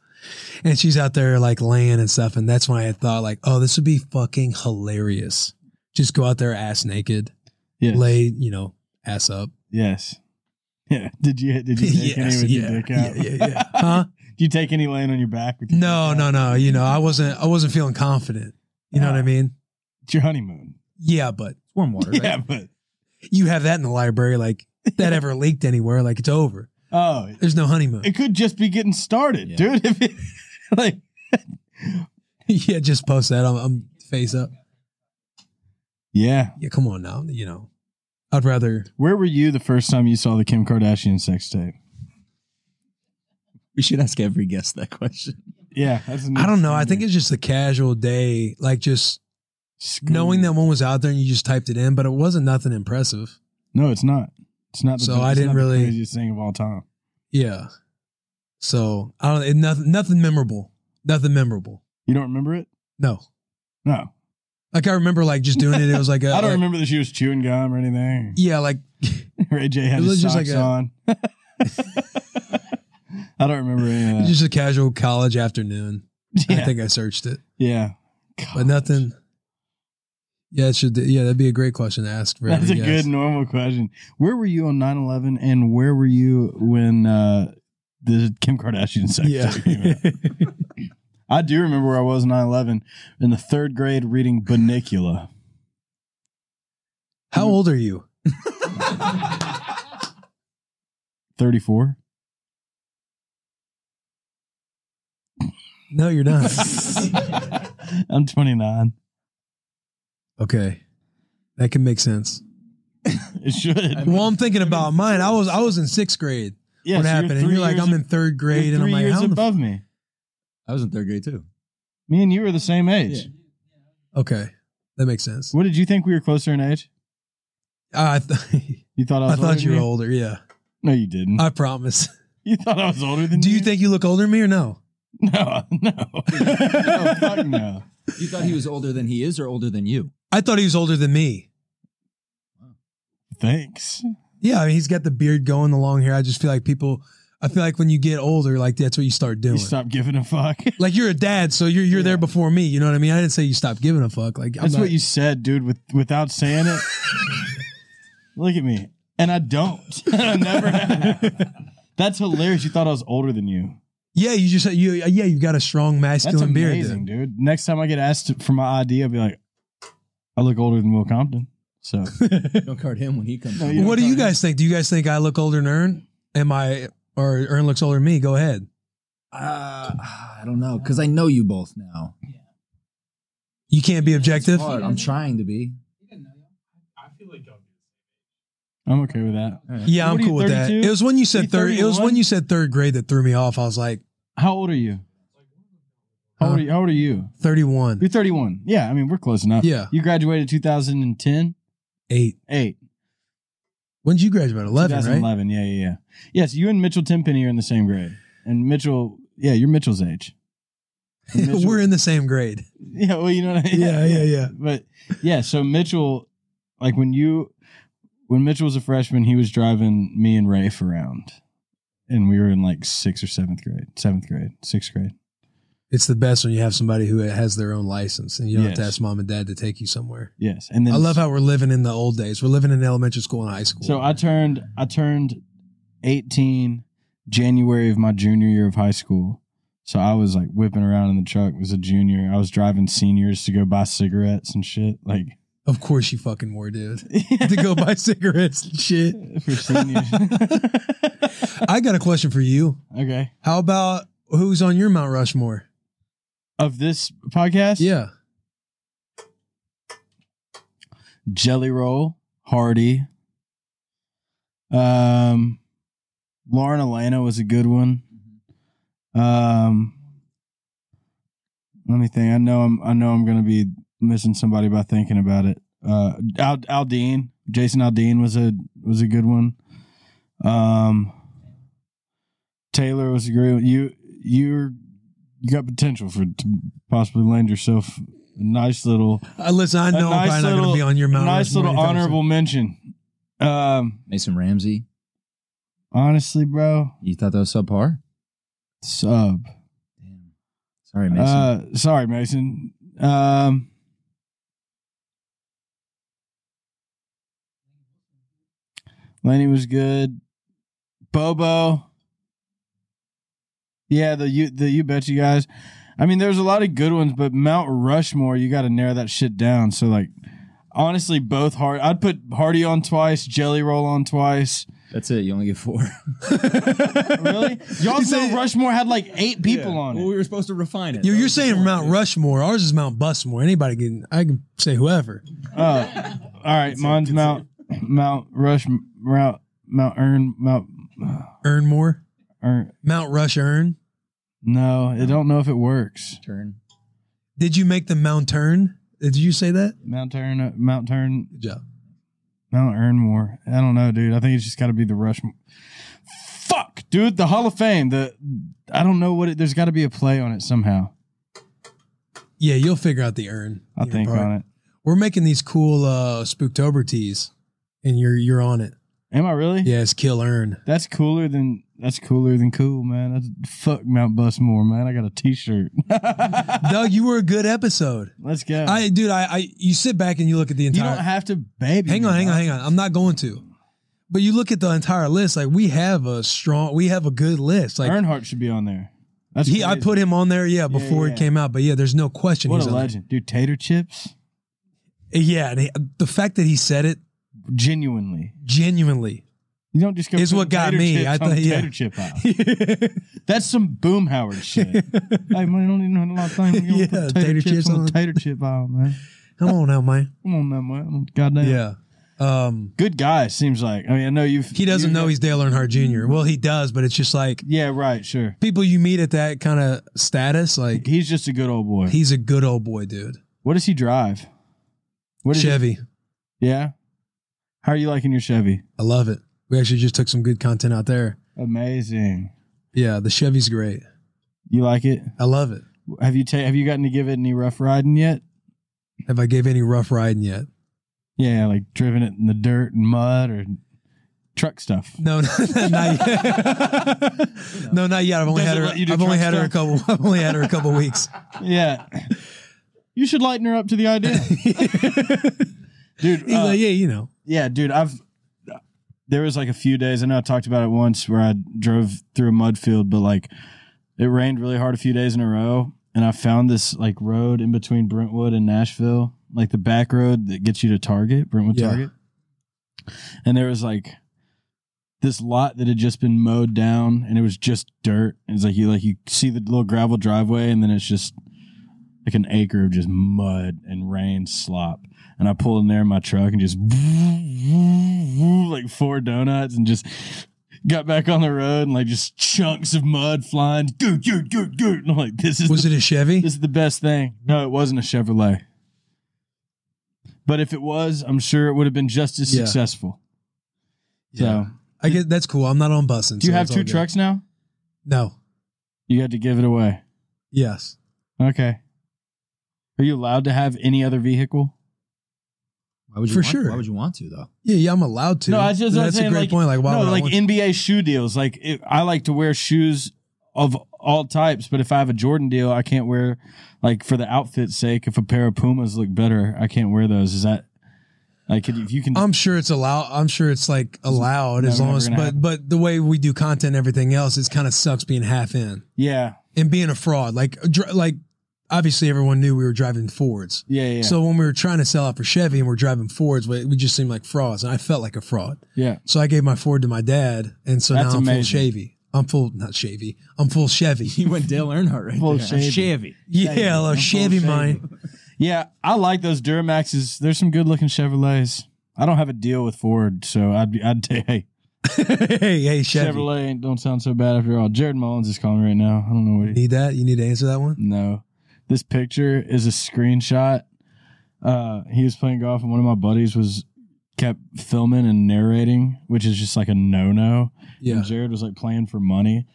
Speaker 3: And she's out there like laying and stuff, and that's when I had thought like, "Oh, this would be fucking hilarious. Just go out there ass naked,
Speaker 1: Yes.
Speaker 3: lay, you know, ass up."
Speaker 1: Yes. <laughs> Yeah. Did you
Speaker 3: <laughs>
Speaker 1: did you take any with your dick out?
Speaker 3: yeah, yeah, yeah. <laughs> Huh?
Speaker 1: Did you take any laying on your back with your
Speaker 3: No,
Speaker 1: dick out?
Speaker 3: no, no. You know, I wasn't. I wasn't feeling confident. You know what I mean?
Speaker 1: It's your honeymoon.
Speaker 3: Yeah, but
Speaker 4: it's warm water. Right?
Speaker 1: Yeah, but
Speaker 3: you have that in the library. Like if that <laughs> ever leaked anywhere? Like it's over.
Speaker 1: oh,
Speaker 3: There's no honeymoon. <laughs>
Speaker 1: it could just be getting started,
Speaker 4: Yeah.
Speaker 1: dude. <laughs> If it, like
Speaker 3: yeah, just post that. I'm, I'm face up.
Speaker 1: Yeah.
Speaker 3: Yeah, come on now. You know, I'd rather.
Speaker 1: Where were you the first time you saw the Kim Kardashian sex tape?
Speaker 4: We should ask every guest that question.
Speaker 1: Yeah, that's
Speaker 3: I don't know. I think it's just the casual day, like just knowing that one was out there and you just typed it in, but it wasn't nothing impressive.
Speaker 1: No, it's not. It's not. The,
Speaker 3: So
Speaker 1: it's
Speaker 3: I
Speaker 1: not
Speaker 3: didn't
Speaker 1: the
Speaker 3: really-
Speaker 1: craziest thing of all time.
Speaker 3: Yeah. So I don't. It, nothing. Nothing memorable. Nothing memorable.
Speaker 1: You don't remember it?
Speaker 3: No.
Speaker 1: No,
Speaker 3: Like I remember, like just doing it. It was
Speaker 1: <laughs>
Speaker 3: Uh, like a,
Speaker 1: I don't
Speaker 3: like-
Speaker 1: remember that she was chewing gum or anything.
Speaker 3: Yeah, like
Speaker 1: <laughs> Ray J had
Speaker 3: It
Speaker 1: his
Speaker 3: was just
Speaker 1: socks
Speaker 3: like a- <laughs>
Speaker 1: on. <laughs> I don't remember any of that.
Speaker 3: just a casual college afternoon.
Speaker 1: <laughs> yeah,
Speaker 3: I think I searched it,
Speaker 1: yeah.
Speaker 3: but nothing. Yeah, it should. Yeah, that'd be a great question to ask. For
Speaker 1: That's a
Speaker 3: every
Speaker 1: good
Speaker 3: guest.
Speaker 1: normal question. Where were you on 9-11 and where were you when uh, the Kim Kardashian sex
Speaker 3: Yeah.
Speaker 1: tape came out? I
Speaker 3: <laughs>
Speaker 1: do remember where I was 9-11 in the third grade reading Banicula.
Speaker 3: How old are you? <laughs>
Speaker 1: 34?
Speaker 3: No,
Speaker 1: <laughs>
Speaker 3: you're not.
Speaker 1: I'm 29.
Speaker 3: okay, that can make sense.
Speaker 1: It should.
Speaker 3: Well, I'm thinking about mine. I was I was in sixth grade.
Speaker 1: Yeah,
Speaker 3: what
Speaker 1: so
Speaker 3: happened? and
Speaker 1: three
Speaker 3: you're like,
Speaker 1: years
Speaker 3: I'm
Speaker 1: ab-
Speaker 3: in third
Speaker 1: you're
Speaker 3: grade, and I'm
Speaker 1: three
Speaker 3: like,
Speaker 1: years
Speaker 3: how in the f-
Speaker 1: above me.
Speaker 4: I was in third grade too.
Speaker 1: Me and you were the same age.
Speaker 4: Yeah.
Speaker 3: okay, that makes sense.
Speaker 1: What did you think we were closer in age?
Speaker 3: I th- <laughs>
Speaker 1: You thought I
Speaker 3: I
Speaker 1: was older
Speaker 3: thought
Speaker 1: than
Speaker 3: you were older. Yeah,
Speaker 1: No, you didn't.
Speaker 3: I promise. <laughs>
Speaker 1: you thought I was older than
Speaker 3: Do you
Speaker 1: you
Speaker 3: think you look older than me or no?
Speaker 1: <laughs> No, no. no, fuck no.
Speaker 4: You thought he was older than he is, or older than <laughs> you?
Speaker 3: I thought he was older than me.
Speaker 1: Thanks.
Speaker 3: Yeah, I mean, he's got the beard going, the long hair. I just feel like people. I feel like when you get older, like that's what you start doing.
Speaker 1: You stop giving a fuck.
Speaker 3: like you're a dad, so you're you're there before me. You know what I mean? I didn't say you stopped giving a fuck. Like I'm
Speaker 1: That's
Speaker 3: not-
Speaker 1: what you said, dude, with, without saying it. Look at me. And I don't. <laughs> I never have. That's hilarious. You thought I was older than you.
Speaker 3: Yeah, you just you yeah you've got a strong
Speaker 1: That's
Speaker 3: masculine beard.
Speaker 1: amazing,
Speaker 3: dude.
Speaker 1: dude. Next time I get asked for my ID, I'll be like, I look older than Will Compton. <laughs> So
Speaker 4: Don't card him when he comes.
Speaker 1: No,
Speaker 4: No,
Speaker 1: you-
Speaker 3: What do
Speaker 1: Yeah.
Speaker 3: you guys think? Do you guys think I look older than Ern? Am I or Ern looks older than me? Go ahead.
Speaker 4: uh, <sighs> I don't know because I know you both now.
Speaker 3: You can't be objective.
Speaker 4: Hard. I'm trying to be.
Speaker 1: I'm okay with that.
Speaker 4: All right.
Speaker 3: Yeah, I'm
Speaker 1: What are you,
Speaker 3: cool with that.
Speaker 1: 32?
Speaker 3: It was when you
Speaker 1: Are
Speaker 3: said
Speaker 1: you
Speaker 3: third. It was
Speaker 1: 31?
Speaker 3: when you said third grade that threw me off. I was like
Speaker 1: How old are you? How old are
Speaker 3: Huh?
Speaker 1: you? How old are you?
Speaker 3: 31,
Speaker 1: You're 31. Yeah, I mean, we're close enough.
Speaker 3: Yeah.
Speaker 1: You graduated 2010?
Speaker 3: eight.
Speaker 1: Eight.
Speaker 3: When did you graduate? Eleven, right?
Speaker 1: 2011. Yeah, yeah, yeah. Yes, you and Mitchell Timpenny are in the same grade. And Mitchell, yeah, you're Mitchell's
Speaker 3: <laughs>
Speaker 1: age. And Mitchell-
Speaker 3: We're in the same grade.
Speaker 1: <laughs> yeah, well, you know what I mean?
Speaker 3: Yeah, yeah, yeah.
Speaker 1: But yeah, so Mitchell, like when you, when Mitchell was a freshman, he was driving me and Rafe around. And we were in like sixth or seventh grade, seventh grade, sixth grade.
Speaker 3: It's the best when you have somebody who has their own license and you don't have to
Speaker 1: Yes.
Speaker 3: ask mom and dad to take you somewhere.
Speaker 1: Yes. And then
Speaker 3: I love how we're living in the old days. We're living in elementary school and high school.
Speaker 1: So I turned I turned 18, January of my junior year of high school. So I was like whipping around in the truck as a junior. I was driving seniors to go buy cigarettes and shit. Like
Speaker 3: Of course you fucking were, dude. <laughs> to go buy cigarettes and
Speaker 1: <laughs>
Speaker 3: shit.
Speaker 1: for seniors.
Speaker 3: <laughs> I got a question for you.
Speaker 1: okay.
Speaker 3: How about who's on your Mount Rushmore?
Speaker 1: Of this podcast?
Speaker 3: Yeah.
Speaker 1: Jelly Roll, Hardy. Um, Lauren Elena was a good one. Um, let me think. I know I'm. I know I'm going to be missing somebody by thinking about it. Uh, Al, Aldean, Jason Aldean was a was a good one. Um, Taylor was a great one. You you're you got potential for to possibly land yourself a nice little
Speaker 3: Uh, listen, I
Speaker 1: A
Speaker 3: know
Speaker 1: nice
Speaker 3: I'm probably not going
Speaker 1: little-
Speaker 3: to be on your Mount
Speaker 1: nice
Speaker 3: Rushmore.
Speaker 1: little
Speaker 3: anytime soon.
Speaker 1: honorable mention. Um,
Speaker 4: Mason Ramsey.
Speaker 1: honestly, bro,
Speaker 4: You thought that was subpar?
Speaker 1: sub.
Speaker 4: Damn. Sorry, Mason.
Speaker 1: Uh, sorry, Mason. Um, Lenny was good. Bobo. Yeah, the you the you bet you guys. I mean, there's a lot of good ones, but Mount Rushmore, you got to narrow that shit down. So like, honestly, both hard. I'd put Hardy on twice, Jelly Roll on twice.
Speaker 4: That's it. You only
Speaker 1: <laughs>
Speaker 4: get four.
Speaker 1: Really? <laughs>
Speaker 4: <laughs>
Speaker 1: Y'all
Speaker 3: You say-
Speaker 1: know Rushmore had like eight people on it.
Speaker 4: we were supposed to refine it.
Speaker 3: You're, you're saying Mount Rushmore. Ours is Mount Busmore. Anybody can, I can say whoever.
Speaker 1: Oh, all right. Mine's Mount Mount Rush Mount Mount Earn Mount
Speaker 3: Earn more.
Speaker 1: Earn.
Speaker 3: Mount Rush Earn.
Speaker 1: No, I don't know if it works.
Speaker 4: Turn.
Speaker 3: Did you make the Mount Turn? Did you say that?
Speaker 1: Mount Turn, uh, Mount Turn,
Speaker 3: Good job.
Speaker 1: Mount Earnmore. I don't know, dude. I think it's just got to be the Rush. Fuck, dude. The Hall of Fame. The I don't know what it. There's got to be a play on it somehow.
Speaker 3: Yeah, you'll figure out the Earn.
Speaker 1: I think on it.
Speaker 3: We're making these cool uh, Spooktober tees, and you're you're on it.
Speaker 1: Am I really?
Speaker 3: Yeah, it's Kill Earn.
Speaker 1: <laughs> That's cooler than that's cooler than cool, man. That's fuck Mount Busmore, man. I got a T-shirt. <laughs>
Speaker 3: Doug, you were a good episode.
Speaker 1: Let's go.
Speaker 3: I, dude, I, I, you sit back and you look at the
Speaker 1: you
Speaker 3: entire.
Speaker 1: don't have to, baby.
Speaker 3: hang
Speaker 1: me,
Speaker 3: on, hang on,
Speaker 1: dog.
Speaker 3: hang on. I'm not going to. But you look at the entire list. Like we have a strong, we have a good list. Like
Speaker 1: Earnhardt should be on there. That's
Speaker 3: he, I
Speaker 1: crazy.
Speaker 3: put him on there. Yeah, before
Speaker 1: yeah.
Speaker 3: it came out. But yeah, there's no question.
Speaker 1: what
Speaker 3: he's
Speaker 1: a
Speaker 3: on there.
Speaker 1: legend, dude. Tater chips,
Speaker 3: Yeah, and he, the fact that he said it
Speaker 1: genuinely. <laughs>
Speaker 3: genuinely.
Speaker 1: You don't just go.
Speaker 3: It's
Speaker 1: put
Speaker 3: what got
Speaker 1: tater
Speaker 3: me.
Speaker 1: Chips
Speaker 3: I
Speaker 1: on
Speaker 3: thought- yeah.
Speaker 1: tater chip aisle. That's some Boomhauer
Speaker 3: <laughs>
Speaker 1: shit. hey man, I don't even know how to thing.
Speaker 3: Yeah,
Speaker 1: Yeah, put tater, chips, on the
Speaker 3: it.
Speaker 1: tater chip aisle, man.
Speaker 3: Come on now, man.
Speaker 1: Come on, now, man. Goddamn.
Speaker 3: Yeah. Um,
Speaker 1: Good guy. Seems like. I mean, I know you've.
Speaker 3: he doesn't
Speaker 1: you-
Speaker 3: know he's Dale Earnhardt Jr. Well, he does, but it's just like
Speaker 1: Yeah, right. Sure.
Speaker 3: people you meet at that kind of status. Like
Speaker 1: He's just a good old boy.
Speaker 3: he's a good old boy, dude.
Speaker 1: what does he drive? What is
Speaker 3: Chevy,
Speaker 1: He, yeah. How are you liking your Chevy?
Speaker 3: I love it. We actually just took some good content out there.
Speaker 1: Amazing.
Speaker 3: Yeah, the Chevy's great.
Speaker 1: You like it?
Speaker 3: I love it.
Speaker 1: Have you ta- have you gotten to give it any rough riding yet?
Speaker 3: Have I gave any rough riding yet?
Speaker 1: Yeah, like driven it in the dirt and mud or truck stuff. <laughs>
Speaker 3: No, <laughs> not yet. no, not yet. I've only
Speaker 1: Does it
Speaker 3: had
Speaker 1: let you do
Speaker 3: her. I've only
Speaker 1: truck
Speaker 3: had her a couple. <laughs> I've only had her a couple weeks. <laughs>
Speaker 1: Yeah. You should lighten her up to the idea. dude,
Speaker 3: He's
Speaker 1: uh,
Speaker 3: like, yeah, you know.
Speaker 1: yeah, dude, I've there was like a few days, I know I talked about it once where I drove through a mud field, but like it rained really hard a few days in a row. And I found this like road in between Brentwood and Nashville, like the back road that gets you to Target, Brentwood
Speaker 3: Yeah.
Speaker 1: Target. And there was like this lot that had just been mowed down and it was just dirt. And It's like you like you see the little gravel driveway and then it's just like an acre of just mud and rain slop. And I pulled in there in my truck and just like four donuts and just got back on the road and like just chunks of mud flying. Goot, goot, goot, goot. And I'm like, this is
Speaker 3: Was it a Chevy?
Speaker 1: this is the best thing. No, it wasn't a Chevrolet. But if it was, I'm sure it would have been just as
Speaker 3: Yeah.
Speaker 1: successful.
Speaker 3: Yeah.
Speaker 1: So,
Speaker 3: I get that's cool. I'm not on busing.
Speaker 1: do you
Speaker 3: so
Speaker 1: have
Speaker 3: it's
Speaker 1: two
Speaker 3: all good.
Speaker 1: trucks now?
Speaker 3: No.
Speaker 1: You had to give it away.
Speaker 3: Yes.
Speaker 1: Okay. Are you allowed to have any other vehicle?
Speaker 4: Why would you
Speaker 3: For
Speaker 4: want,
Speaker 3: sure.
Speaker 4: Why would you want to though?
Speaker 3: Yeah, yeah. I'm allowed to.
Speaker 1: No, I was just- I was
Speaker 3: that's
Speaker 1: saying,
Speaker 3: a great
Speaker 1: like-
Speaker 3: point. Like, why would
Speaker 1: no,
Speaker 3: I
Speaker 1: like
Speaker 3: want-
Speaker 1: NBA shoe deals. Like it, I like to wear shoes of all types, but if I have a Jordan deal, I can't wear like for the outfit's sake. If a pair of Pumas look better, I can't wear those. Is that? Like if you can,
Speaker 3: I'm sure it's allowed. I'm sure it's like allowed as
Speaker 1: never
Speaker 3: long as,
Speaker 1: gonna
Speaker 3: but
Speaker 1: happen.
Speaker 3: but the way we do content, and everything else, it's kind of sucks being half in
Speaker 1: yeah,
Speaker 3: and being a fraud. Like dr- like obviously everyone knew we were driving Fords.
Speaker 1: yeah, yeah,
Speaker 3: So when we were trying to sell out for Chevy and we're driving Fords, we we just seemed like frauds, and I felt like a fraud.
Speaker 1: yeah.
Speaker 3: So I gave my Ford to my dad, and so
Speaker 1: That's
Speaker 3: now I'm full
Speaker 1: amazing.
Speaker 3: Chevy. I'm full not Chevy. I'm
Speaker 1: <laughs>
Speaker 3: full Chevy.
Speaker 4: He went Dale Earnhardt right
Speaker 1: Full
Speaker 4: there.
Speaker 1: Chevy.
Speaker 3: yeah, a
Speaker 1: I'm full
Speaker 3: Chevy
Speaker 1: Chevy.
Speaker 3: mine. <laughs>
Speaker 1: Yeah, I like those Duramaxes. There's some good looking Chevrolets. I don't have a deal with Ford, so I'd be, I'd <laughs> say hey,
Speaker 3: hey, hey, Chevy.
Speaker 1: Chevrolet ain't- don't sound so bad after all. Jared Mullins is calling right now. I don't know what he.
Speaker 3: Need that? You need to answer that one.
Speaker 1: No. This picture is a screenshot. Uh, he was playing golf, and one of my buddies was kept filming and narrating, which is just like a no no.
Speaker 3: Yeah.
Speaker 1: And Jared was like playing for money,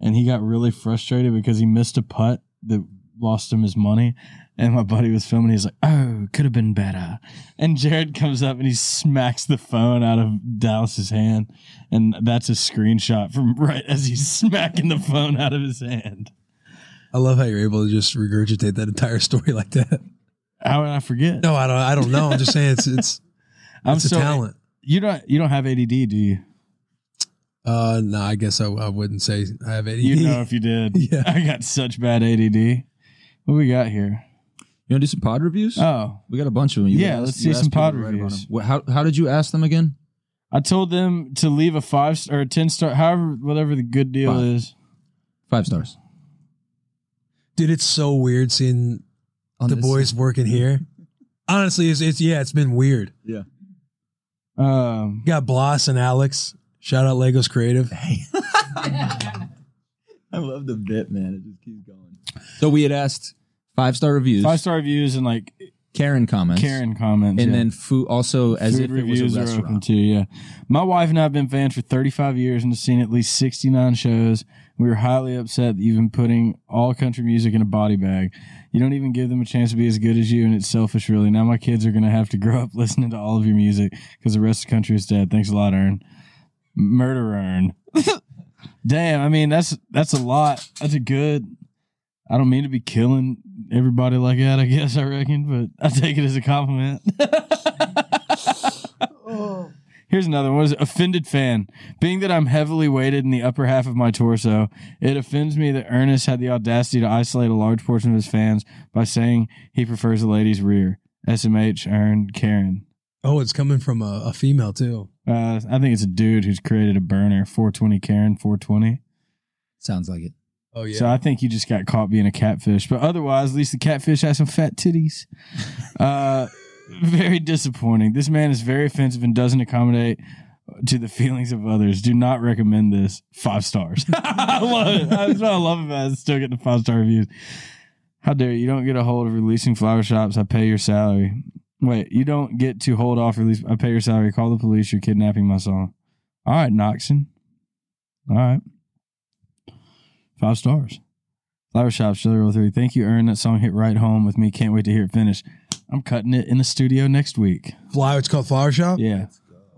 Speaker 1: and he got really frustrated because he missed a putt that lost him his money. And my buddy was filming. He's like, "Oh, could have been better." And Jared comes up and he smacks the phone out of Dallas's hand, and that's a screenshot from <laughs> right as he's smacking the phone out of his hand.
Speaker 3: I love how you're able to just regurgitate that entire <laughs> story like that.
Speaker 1: How would I forget?
Speaker 3: No, I don't. I don't know. I'm just saying
Speaker 1: <laughs>
Speaker 3: it's it's
Speaker 1: I'm
Speaker 3: it's a
Speaker 1: so-
Speaker 3: talent.
Speaker 1: You don't you don't have ADD, do you?
Speaker 3: Uh, no, I guess I, I wouldn't say I have ADD.
Speaker 1: You know if you did.
Speaker 3: <laughs> Yeah.
Speaker 1: I got such bad ADD. What we got here?
Speaker 4: You want to do some pod reviews?
Speaker 1: Oh,
Speaker 4: we got a bunch of them. You
Speaker 1: Yeah,
Speaker 4: asked-
Speaker 1: let's
Speaker 4: you
Speaker 1: do
Speaker 4: asked
Speaker 1: some
Speaker 4: people
Speaker 1: pod
Speaker 4: to write about
Speaker 1: reviews.
Speaker 4: 'em. What, how, how did you ask them again?
Speaker 1: I told them to leave a five star or a ten star, however, whatever the good deal
Speaker 4: Five.
Speaker 1: is.
Speaker 4: Five stars.
Speaker 3: Dude, it's so weird seeing
Speaker 4: On
Speaker 3: the
Speaker 4: this-
Speaker 3: boys working here. Honestly, it's, it's yeah, it's been weird.
Speaker 4: Yeah.
Speaker 1: Um,
Speaker 3: Got Bloss and Alex. Shout out
Speaker 1: <laughs>
Speaker 3: Legos Creative.
Speaker 4: I love the bit, man. It just keeps going. So we had asked five star reviews,
Speaker 1: five star reviews and like
Speaker 4: Karen comments,
Speaker 1: Karen comments,
Speaker 4: and
Speaker 1: yeah.
Speaker 4: then food. Also, as
Speaker 1: food
Speaker 4: if it was
Speaker 1: reviews
Speaker 4: a
Speaker 1: are open
Speaker 4: restaurant.
Speaker 1: too. Yeah, my wife and I have been fans for 35 years and have seen at least 69 shows. We were highly upset that you've been putting all country music in a body bag. You don't even give them a chance to be as good as you, and it's selfish, really. Now my kids are gonna have to <laughs> grow up listening to all of your music because the rest of the country is dead. Thanks a lot, Ern. Murder
Speaker 4: <laughs>
Speaker 1: Ern. Damn, I mean that's that's a lot. That's a good. I don't mean to be killing everybody like that. I guess I reckon, but I take it as a compliment. <laughs> Here's another one. What is it? Offended fan. Being that I'm heavily weighted in the upper half of my torso, it offends me that Ernest had the audacity to isolate a large portion of his fans by saying he prefers a lady's rear. SMH, Ern, Karen.
Speaker 3: Oh, it's coming from a, a female too.
Speaker 1: Uh, I think it's a dude who's created a burner, 420 Karen, 420.
Speaker 4: Sounds like it.
Speaker 3: Oh yeah.
Speaker 1: So I think you just got caught being a catfish. But otherwise, at least the catfish has some fat
Speaker 3: <laughs>
Speaker 1: titties. Uh, very disappointing. This man is very offensive and doesn't accommodate to the feelings of others. Do not recommend this. Five stars. <laughs> I love it. That's what I love about it. It's Still getting the five star reviews. How dare you? You don't get a hold of releasing flower shops. I pay your salary. Wait, you don't get to hold off release. I pay your salary. Call the police. You're kidnapping my song. All right, Noxon. All right. Five stars. Flower Shop, Chili Roll 3. Thank you, Earn. That song hit right home with me. Can't wait to hear it finish. I'm cutting it in the studio next week.
Speaker 3: Flower. It's called Flower Shop.
Speaker 1: Yeah.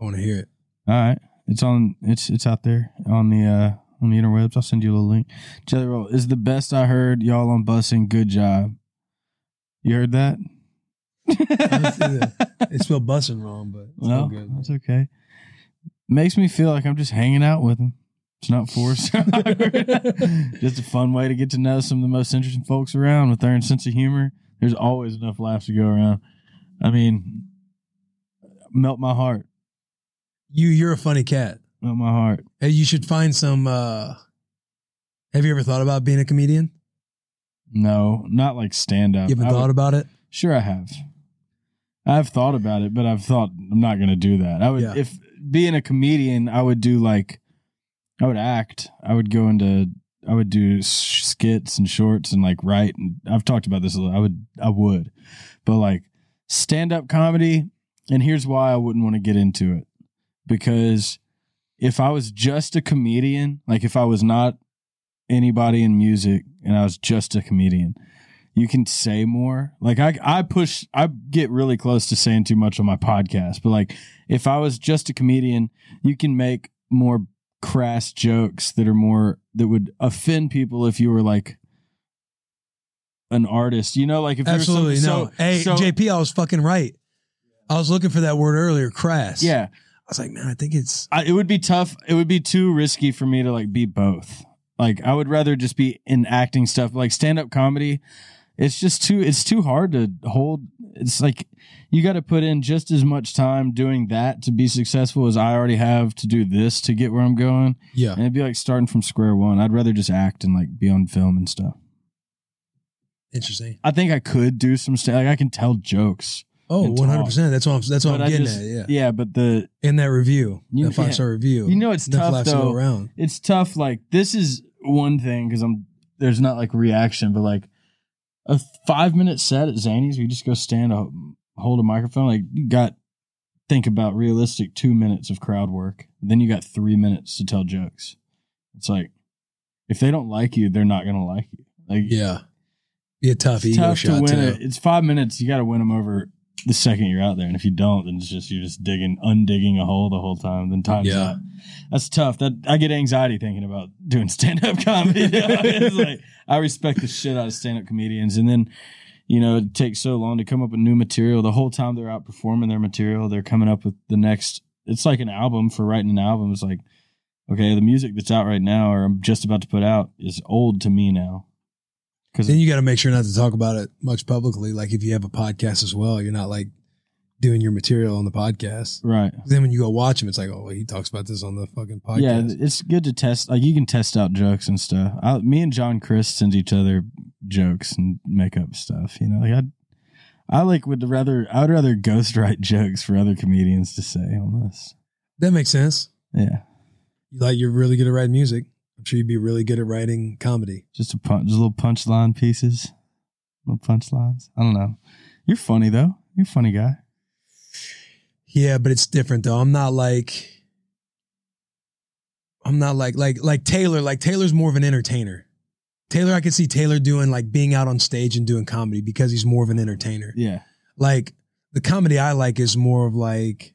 Speaker 3: I want to hear it.
Speaker 1: All right. It's on it's it's out there on the uh on the interwebs. I'll send you a little link. Jelly Roll is the best I heard y'all on bussing. Good job. You heard that?
Speaker 3: It's spelled bussing wrong, but it's all
Speaker 1: well,
Speaker 3: good.
Speaker 1: that's okay. Makes me feel like I'm just hanging out with him. It's not
Speaker 3: <laughs>
Speaker 1: forced. <laughs> just a fun way to get to know some of the most interesting folks around with their own sense of humor. There's always enough laughs to go around. I mean, melt my heart.
Speaker 3: You you're a funny cat.
Speaker 1: Melt my heart.
Speaker 3: Hey, you should find some. uh Have you ever thought about being a comedian?
Speaker 1: No, not like stand up.
Speaker 3: You haven't thought about it.
Speaker 1: Sure, I have. I've thought about it, but I've thought I'm not going to do that. I would,
Speaker 3: Yeah.
Speaker 1: if being a comedian, I would do like, I would act. I would go into, I would do sh- skits and shorts and like write. And I've talked about this a little. I would, I would, but like stand up comedy. And here's why I wouldn't want to get into it because if I was just a comedian, like if I was not anybody in music and I was just a comedian, you can say more. Like I, I push, I get really close to saying too much on my podcast, but like if I was just a comedian, you can make more crass jokes that are more that would offend people if you were like an artist. You know, like if
Speaker 3: Absolutely
Speaker 1: you were some-
Speaker 3: no. hey,
Speaker 1: so,
Speaker 3: JP, I was fucking right. I was looking for that word earlier, crass.
Speaker 1: Yeah,
Speaker 3: I was like, man, I think it's
Speaker 1: I, it would be tough. It would be too risky for me to like be both. Like I would rather just be in acting stuff, like stand up comedy. It's just too. It's too hard to hold. It's like you got to put in just as much time doing that to be successful as I already have to do this to get where I'm going.
Speaker 3: yeah.
Speaker 1: And it'd be like starting from square one. I'd rather just act and like be on film and stuff.
Speaker 3: Interesting.
Speaker 1: I think I could do some stuff. Like I can tell jokes.
Speaker 3: Oh,
Speaker 1: And talk.
Speaker 3: 100 percent. That's what I'm that's what
Speaker 1: but
Speaker 3: I'm
Speaker 1: I
Speaker 3: getting
Speaker 1: just-
Speaker 3: at. Yeah.
Speaker 1: yeah, but the
Speaker 3: In that review,
Speaker 1: You-
Speaker 3: that five
Speaker 1: yeah.
Speaker 3: star review.
Speaker 1: You know it's
Speaker 3: enough
Speaker 1: tough,
Speaker 3: laughs to go
Speaker 1: though.
Speaker 3: around.
Speaker 1: it's tough. Like this is one thing because I'm there's not like reaction, but like a five minute set at Zany's, we just go stand up, hold a microphone. Like you got think about realistic two minutes of crowd work, then you got three minutes to tell jokes. It's like if they don't like you, they're not gonna like you. Like
Speaker 3: Yeah. Be a tough
Speaker 1: it's
Speaker 3: ego
Speaker 1: tough to
Speaker 3: shot
Speaker 1: win
Speaker 3: too.
Speaker 1: it. It's five minutes. You got to win them over the second you're out there, and if you don't, then it's just you're just digging, undigging a hole the whole time. Then time's
Speaker 3: Yeah.
Speaker 1: up. That's tough. That I get anxiety thinking about doing stand up <laughs> comedy. It's like, I respect the shit out of stand up comedians, and then. You know, it takes so long to come up with new material. The whole time they're out performing their material, they're coming up with the next. It's like an album for writing an album. It's like, okay, the music that's out right now, or I'm just about to put out, is old to me now. Because
Speaker 3: Then you got to make sure not to talk about it much publicly. Like if you have a podcast as well, you're not like doing your material on the podcast.
Speaker 1: right,
Speaker 3: Then when you go watch him, it's like, oh, well, he talks about this on the fucking podcast.
Speaker 1: Yeah, th- it's good to test. Like you can test out jokes and stuff. I, me and John Chris send each other jokes and make up stuff. You know, like I, I like would rather I would rather ghostwrite <laughs> jokes for other comedians to say almost.
Speaker 3: that makes sense.
Speaker 1: Yeah,
Speaker 3: You Like you're really good at writing music. I'm sure you'd be really good at writing comedy.
Speaker 1: just a punch, just little punchline pieces, little punchlines. I don't know. You're funny though. You're a funny guy.
Speaker 3: Yeah, but it's different though. I'm not like, I'm not like like like Taylor. Like Taylor's more of an entertainer. Taylor, I could see Taylor doing like being out on stage and doing comedy because he's more of an entertainer.
Speaker 1: Yeah,
Speaker 3: like the comedy I like is more of like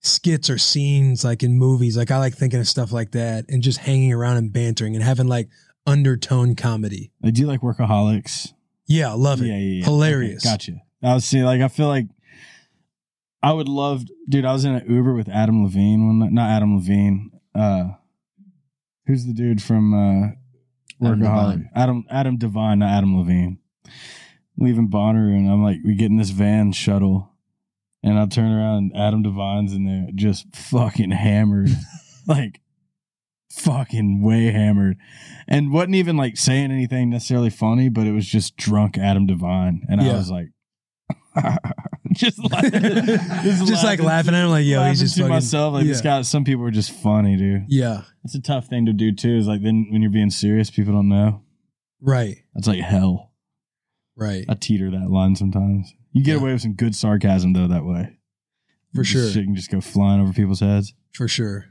Speaker 3: skits or scenes like in movies. Like I like thinking of stuff like that and just hanging around and bantering and having like undertone comedy.
Speaker 1: I do like workaholics.
Speaker 3: Yeah, I love it. <laughs>
Speaker 1: Yeah, <laughs> yeah, yeah.
Speaker 3: Hilarious.
Speaker 1: Okay, gotcha. I was seeing like I feel like I would love, dude. I was in an Uber with Adam Levine. One, night- not Adam Levine. Uh, who's the dude from uh,
Speaker 4: Adam
Speaker 1: Workaholic?
Speaker 4: Devine.
Speaker 1: Adam Adam Devine, not Adam Levine. Leaving Bonnaroo, and I'm like, we get in this van shuttle, and I turn around, and Adam Devine's in there, just fucking hammered, <laughs> like fucking way hammered and wasn't even like saying anything necessarily funny, but it was just drunk Adam Devine, and I
Speaker 3: Yeah.
Speaker 1: was like, <laughs>
Speaker 3: <laughs>
Speaker 1: just like
Speaker 3: just, like laughing at him, like yo,
Speaker 1: laughing
Speaker 3: he's just
Speaker 1: to
Speaker 3: fucking
Speaker 1: myself. Like
Speaker 3: yeah.
Speaker 1: this guy, some people are just funny, dude.
Speaker 3: Yeah,
Speaker 1: It's a tough thing to do too. Is like then when you're being serious, people don't know.
Speaker 3: right,
Speaker 1: That's like hell.
Speaker 3: right,
Speaker 1: I teeter that line sometimes. You get
Speaker 3: Yeah.
Speaker 1: away with some good sarcasm though that way.
Speaker 3: for
Speaker 1: This
Speaker 3: sure,
Speaker 1: shit can just go flying over people's heads.
Speaker 3: for sure.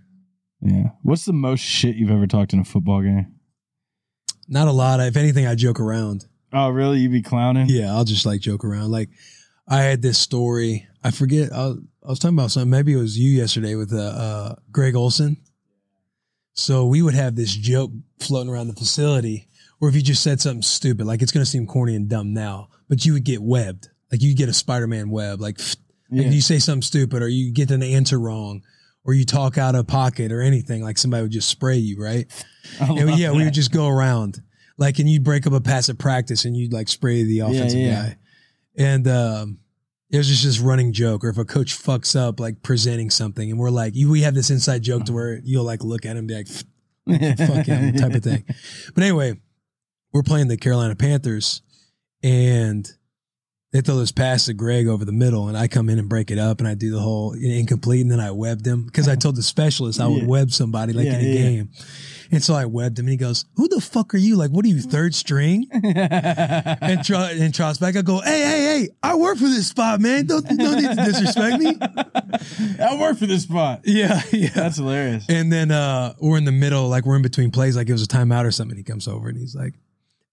Speaker 1: Yeah. What's the most shit you've ever talked in a football game?
Speaker 3: Not a lot. If anything, I joke around.
Speaker 1: Oh, really? You be clowning?
Speaker 3: Yeah, I'll just like joke around. Like I had this story. I forget. I, I was talking about something. Maybe it was you yesterday with uh, uh, Greg Olson. So we would have this joke floating around the facility, or if you just said something stupid, like it's going to seem corny and dumb now, but you would get webbed. Like you get a Spider-Man web. Like, <sniffs>
Speaker 1: Yeah.
Speaker 3: like you say something stupid, or you get an answer wrong, or you talk out of pocket, or anything. Like somebody would just spray you, right?
Speaker 1: I <laughs>
Speaker 3: Yeah,
Speaker 1: love
Speaker 3: yeah we
Speaker 1: that.
Speaker 3: would just go around. Like, and you'd break up a pass at practice and you'd like spray the offensive
Speaker 1: yeah.
Speaker 3: guy. And um, it was just this running joke. Or if a coach fucks up, like presenting something, and we're like, you, we have this inside joke
Speaker 1: Mm-hmm.
Speaker 3: to where you'll like look at him and be like,
Speaker 1: <laughs>
Speaker 3: fuck him type of thing. But anyway, we're playing the Carolina Panthers and they throw this pass to Greg over the middle and I come in and break it up and I do the whole incomplete and then I webbed him because I told the specialist I would
Speaker 1: Yeah.
Speaker 3: web somebody like
Speaker 1: Yeah,
Speaker 3: in a
Speaker 1: yeah, yeah.
Speaker 3: game. And so I webbed him and he goes, Who the fuck are you? Like, what are you, third
Speaker 1: <laughs>
Speaker 3: string? And, tr- and Charles back, I go, Hey, hey, hey, I work for this spot, man. Don't, don't need to
Speaker 1: <laughs>
Speaker 3: disrespect me.
Speaker 1: I work for this spot.
Speaker 3: Yeah, yeah.
Speaker 1: That's hilarious.
Speaker 3: And then uh, we're in the middle, like we're in between plays, like it was a timeout or something. He comes over and he's like,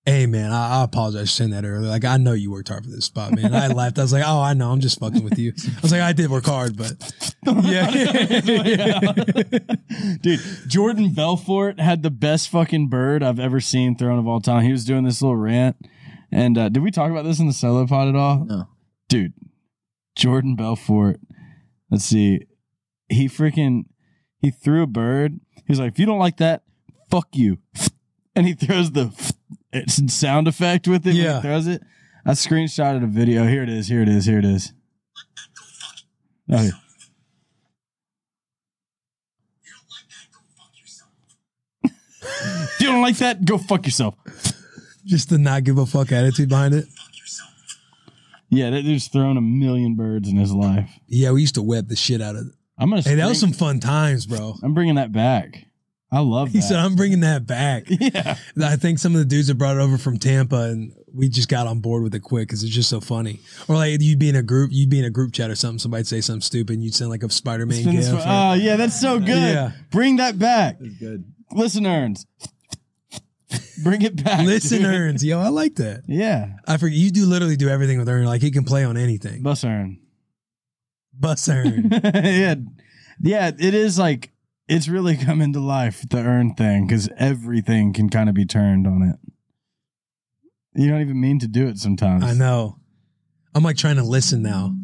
Speaker 3: Hey man, I, I apologize for saying that earlier. Like I know you worked hard for this spot, man. And I laughed. I was like, Oh, I know. I'm just fucking with you. I was like, I did work hard, but <laughs> yeah, <laughs>
Speaker 1: Dude, Jordan Belfort had the best fucking bird I've ever seen thrown of all time. He was doing this little rant. And uh, did we talk about this in the solo pod at all?
Speaker 4: No.
Speaker 1: Dude, Jordan Belfort. Let's see. He freaking he threw a bird. He was like, if you don't like that, fuck you. <laughs> And he throws the <laughs> it's sound effect with it. When
Speaker 3: Yeah.
Speaker 1: he throws it. I screenshotted a video. Here it is. Here it is. Here it is. Oh, Okay. <laughs> If you don't like that, go fuck yourself.
Speaker 3: Just the not give a fuck attitude behind it.
Speaker 1: Yeah, that dude's thrown a million birds in his life.
Speaker 3: Yeah, we used to web the shit out of it.
Speaker 1: I'm gonna.
Speaker 3: Hey, that was
Speaker 1: string-
Speaker 3: some fun times, bro.
Speaker 1: I'm bringing that back. I love that.
Speaker 3: He said, I'm bringing that back.
Speaker 1: <laughs> yeah.
Speaker 3: I think some of the dudes that brought it over from Tampa and we just got on board with it quick because it's just so funny. Or like you'd be in a group, you'd be in a group chat or something. Somebody'd say something stupid, and you'd send like a Spider Man
Speaker 1: Spin this
Speaker 3: gif.
Speaker 1: for-
Speaker 3: or-
Speaker 1: oh yeah, that's so good.
Speaker 3: Yeah.
Speaker 1: Bring that back,
Speaker 4: That's good.
Speaker 1: listeners. Bring it back, dude.
Speaker 3: Listen, Earns, yo, I like that.
Speaker 1: Yeah,
Speaker 3: I forget you do literally do everything with Earn. Like he can play on anything.
Speaker 1: bus earn. <laughs>
Speaker 3: Bus Earn.
Speaker 1: yeah, yeah. It is like it's really come into life the earn thing because everything can kind of be turned on it. You don't even mean to do it sometimes.
Speaker 3: I know. I'm like trying to listen now.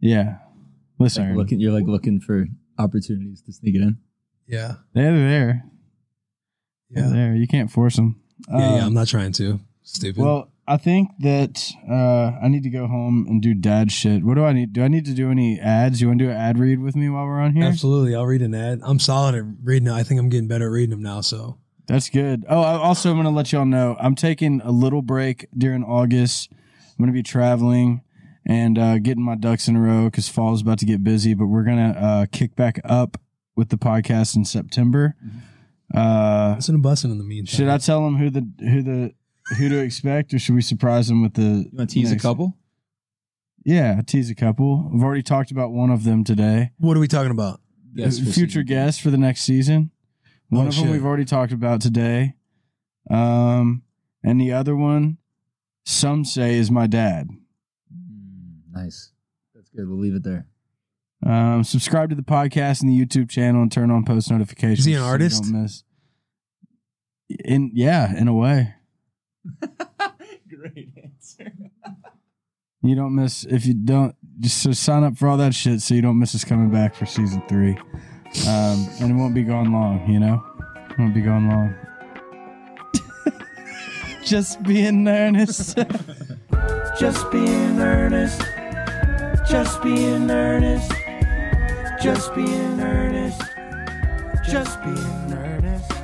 Speaker 1: Yeah, listen.
Speaker 4: Like
Speaker 1: earn.
Speaker 4: looking, you're like looking for opportunities to sneak it in.
Speaker 3: Yeah.
Speaker 1: They're there. They're
Speaker 3: Yeah.
Speaker 1: there. You can't force them.
Speaker 3: Yeah, yeah, I'm not trying to. Stupid.
Speaker 1: Well, I think that uh, I need to go home and do dad shit. What do I need? Do I need to do any ads? You want to do an ad read with me while we're on here?
Speaker 3: Absolutely. I'll read an ad. I'm solid at reading. I think I'm getting better at reading them now. So
Speaker 1: That's good. Oh, I also, I'm going to let y'all know I'm taking a little break during August. I'm going to be traveling and uh, getting my ducks in a row because fall's about to get busy, but we're going to uh, kick back up with the podcast in September.
Speaker 3: Mm-hmm.
Speaker 1: Uh,
Speaker 3: listen to bussing in the meantime.
Speaker 1: should I tell them who the who the who to expect, or should we surprise them with the?
Speaker 4: You want to tease
Speaker 1: next-
Speaker 4: a couple?
Speaker 1: Yeah, I tease a couple. I've already talked about one of them today.
Speaker 3: What are we talking about?
Speaker 4: Yes.
Speaker 1: Uh, Future guests for the next season. One
Speaker 3: Oh,
Speaker 1: of them
Speaker 3: shit.
Speaker 1: we've already talked about today. Um, and the other one, some say is my dad.
Speaker 4: Mm, Nice. That's good. We'll leave it there.
Speaker 1: Um, subscribe to the podcast and the YouTube channel and turn on post notifications.
Speaker 3: Is he an
Speaker 1: so you
Speaker 3: artist?
Speaker 1: don't miss. In yeah, in
Speaker 2: <laughs>
Speaker 1: a way,
Speaker 4: Great answer.
Speaker 1: you don't miss if you don't. Just so sign up for all that shit so you don't miss us coming back for season three. Um, and it won't be gone long, you know. It won't be gone long. <laughs> Just being earnest.
Speaker 2: <laughs> Just be in earnest. Just be in earnest. Just be in earnest. Just be in earnest.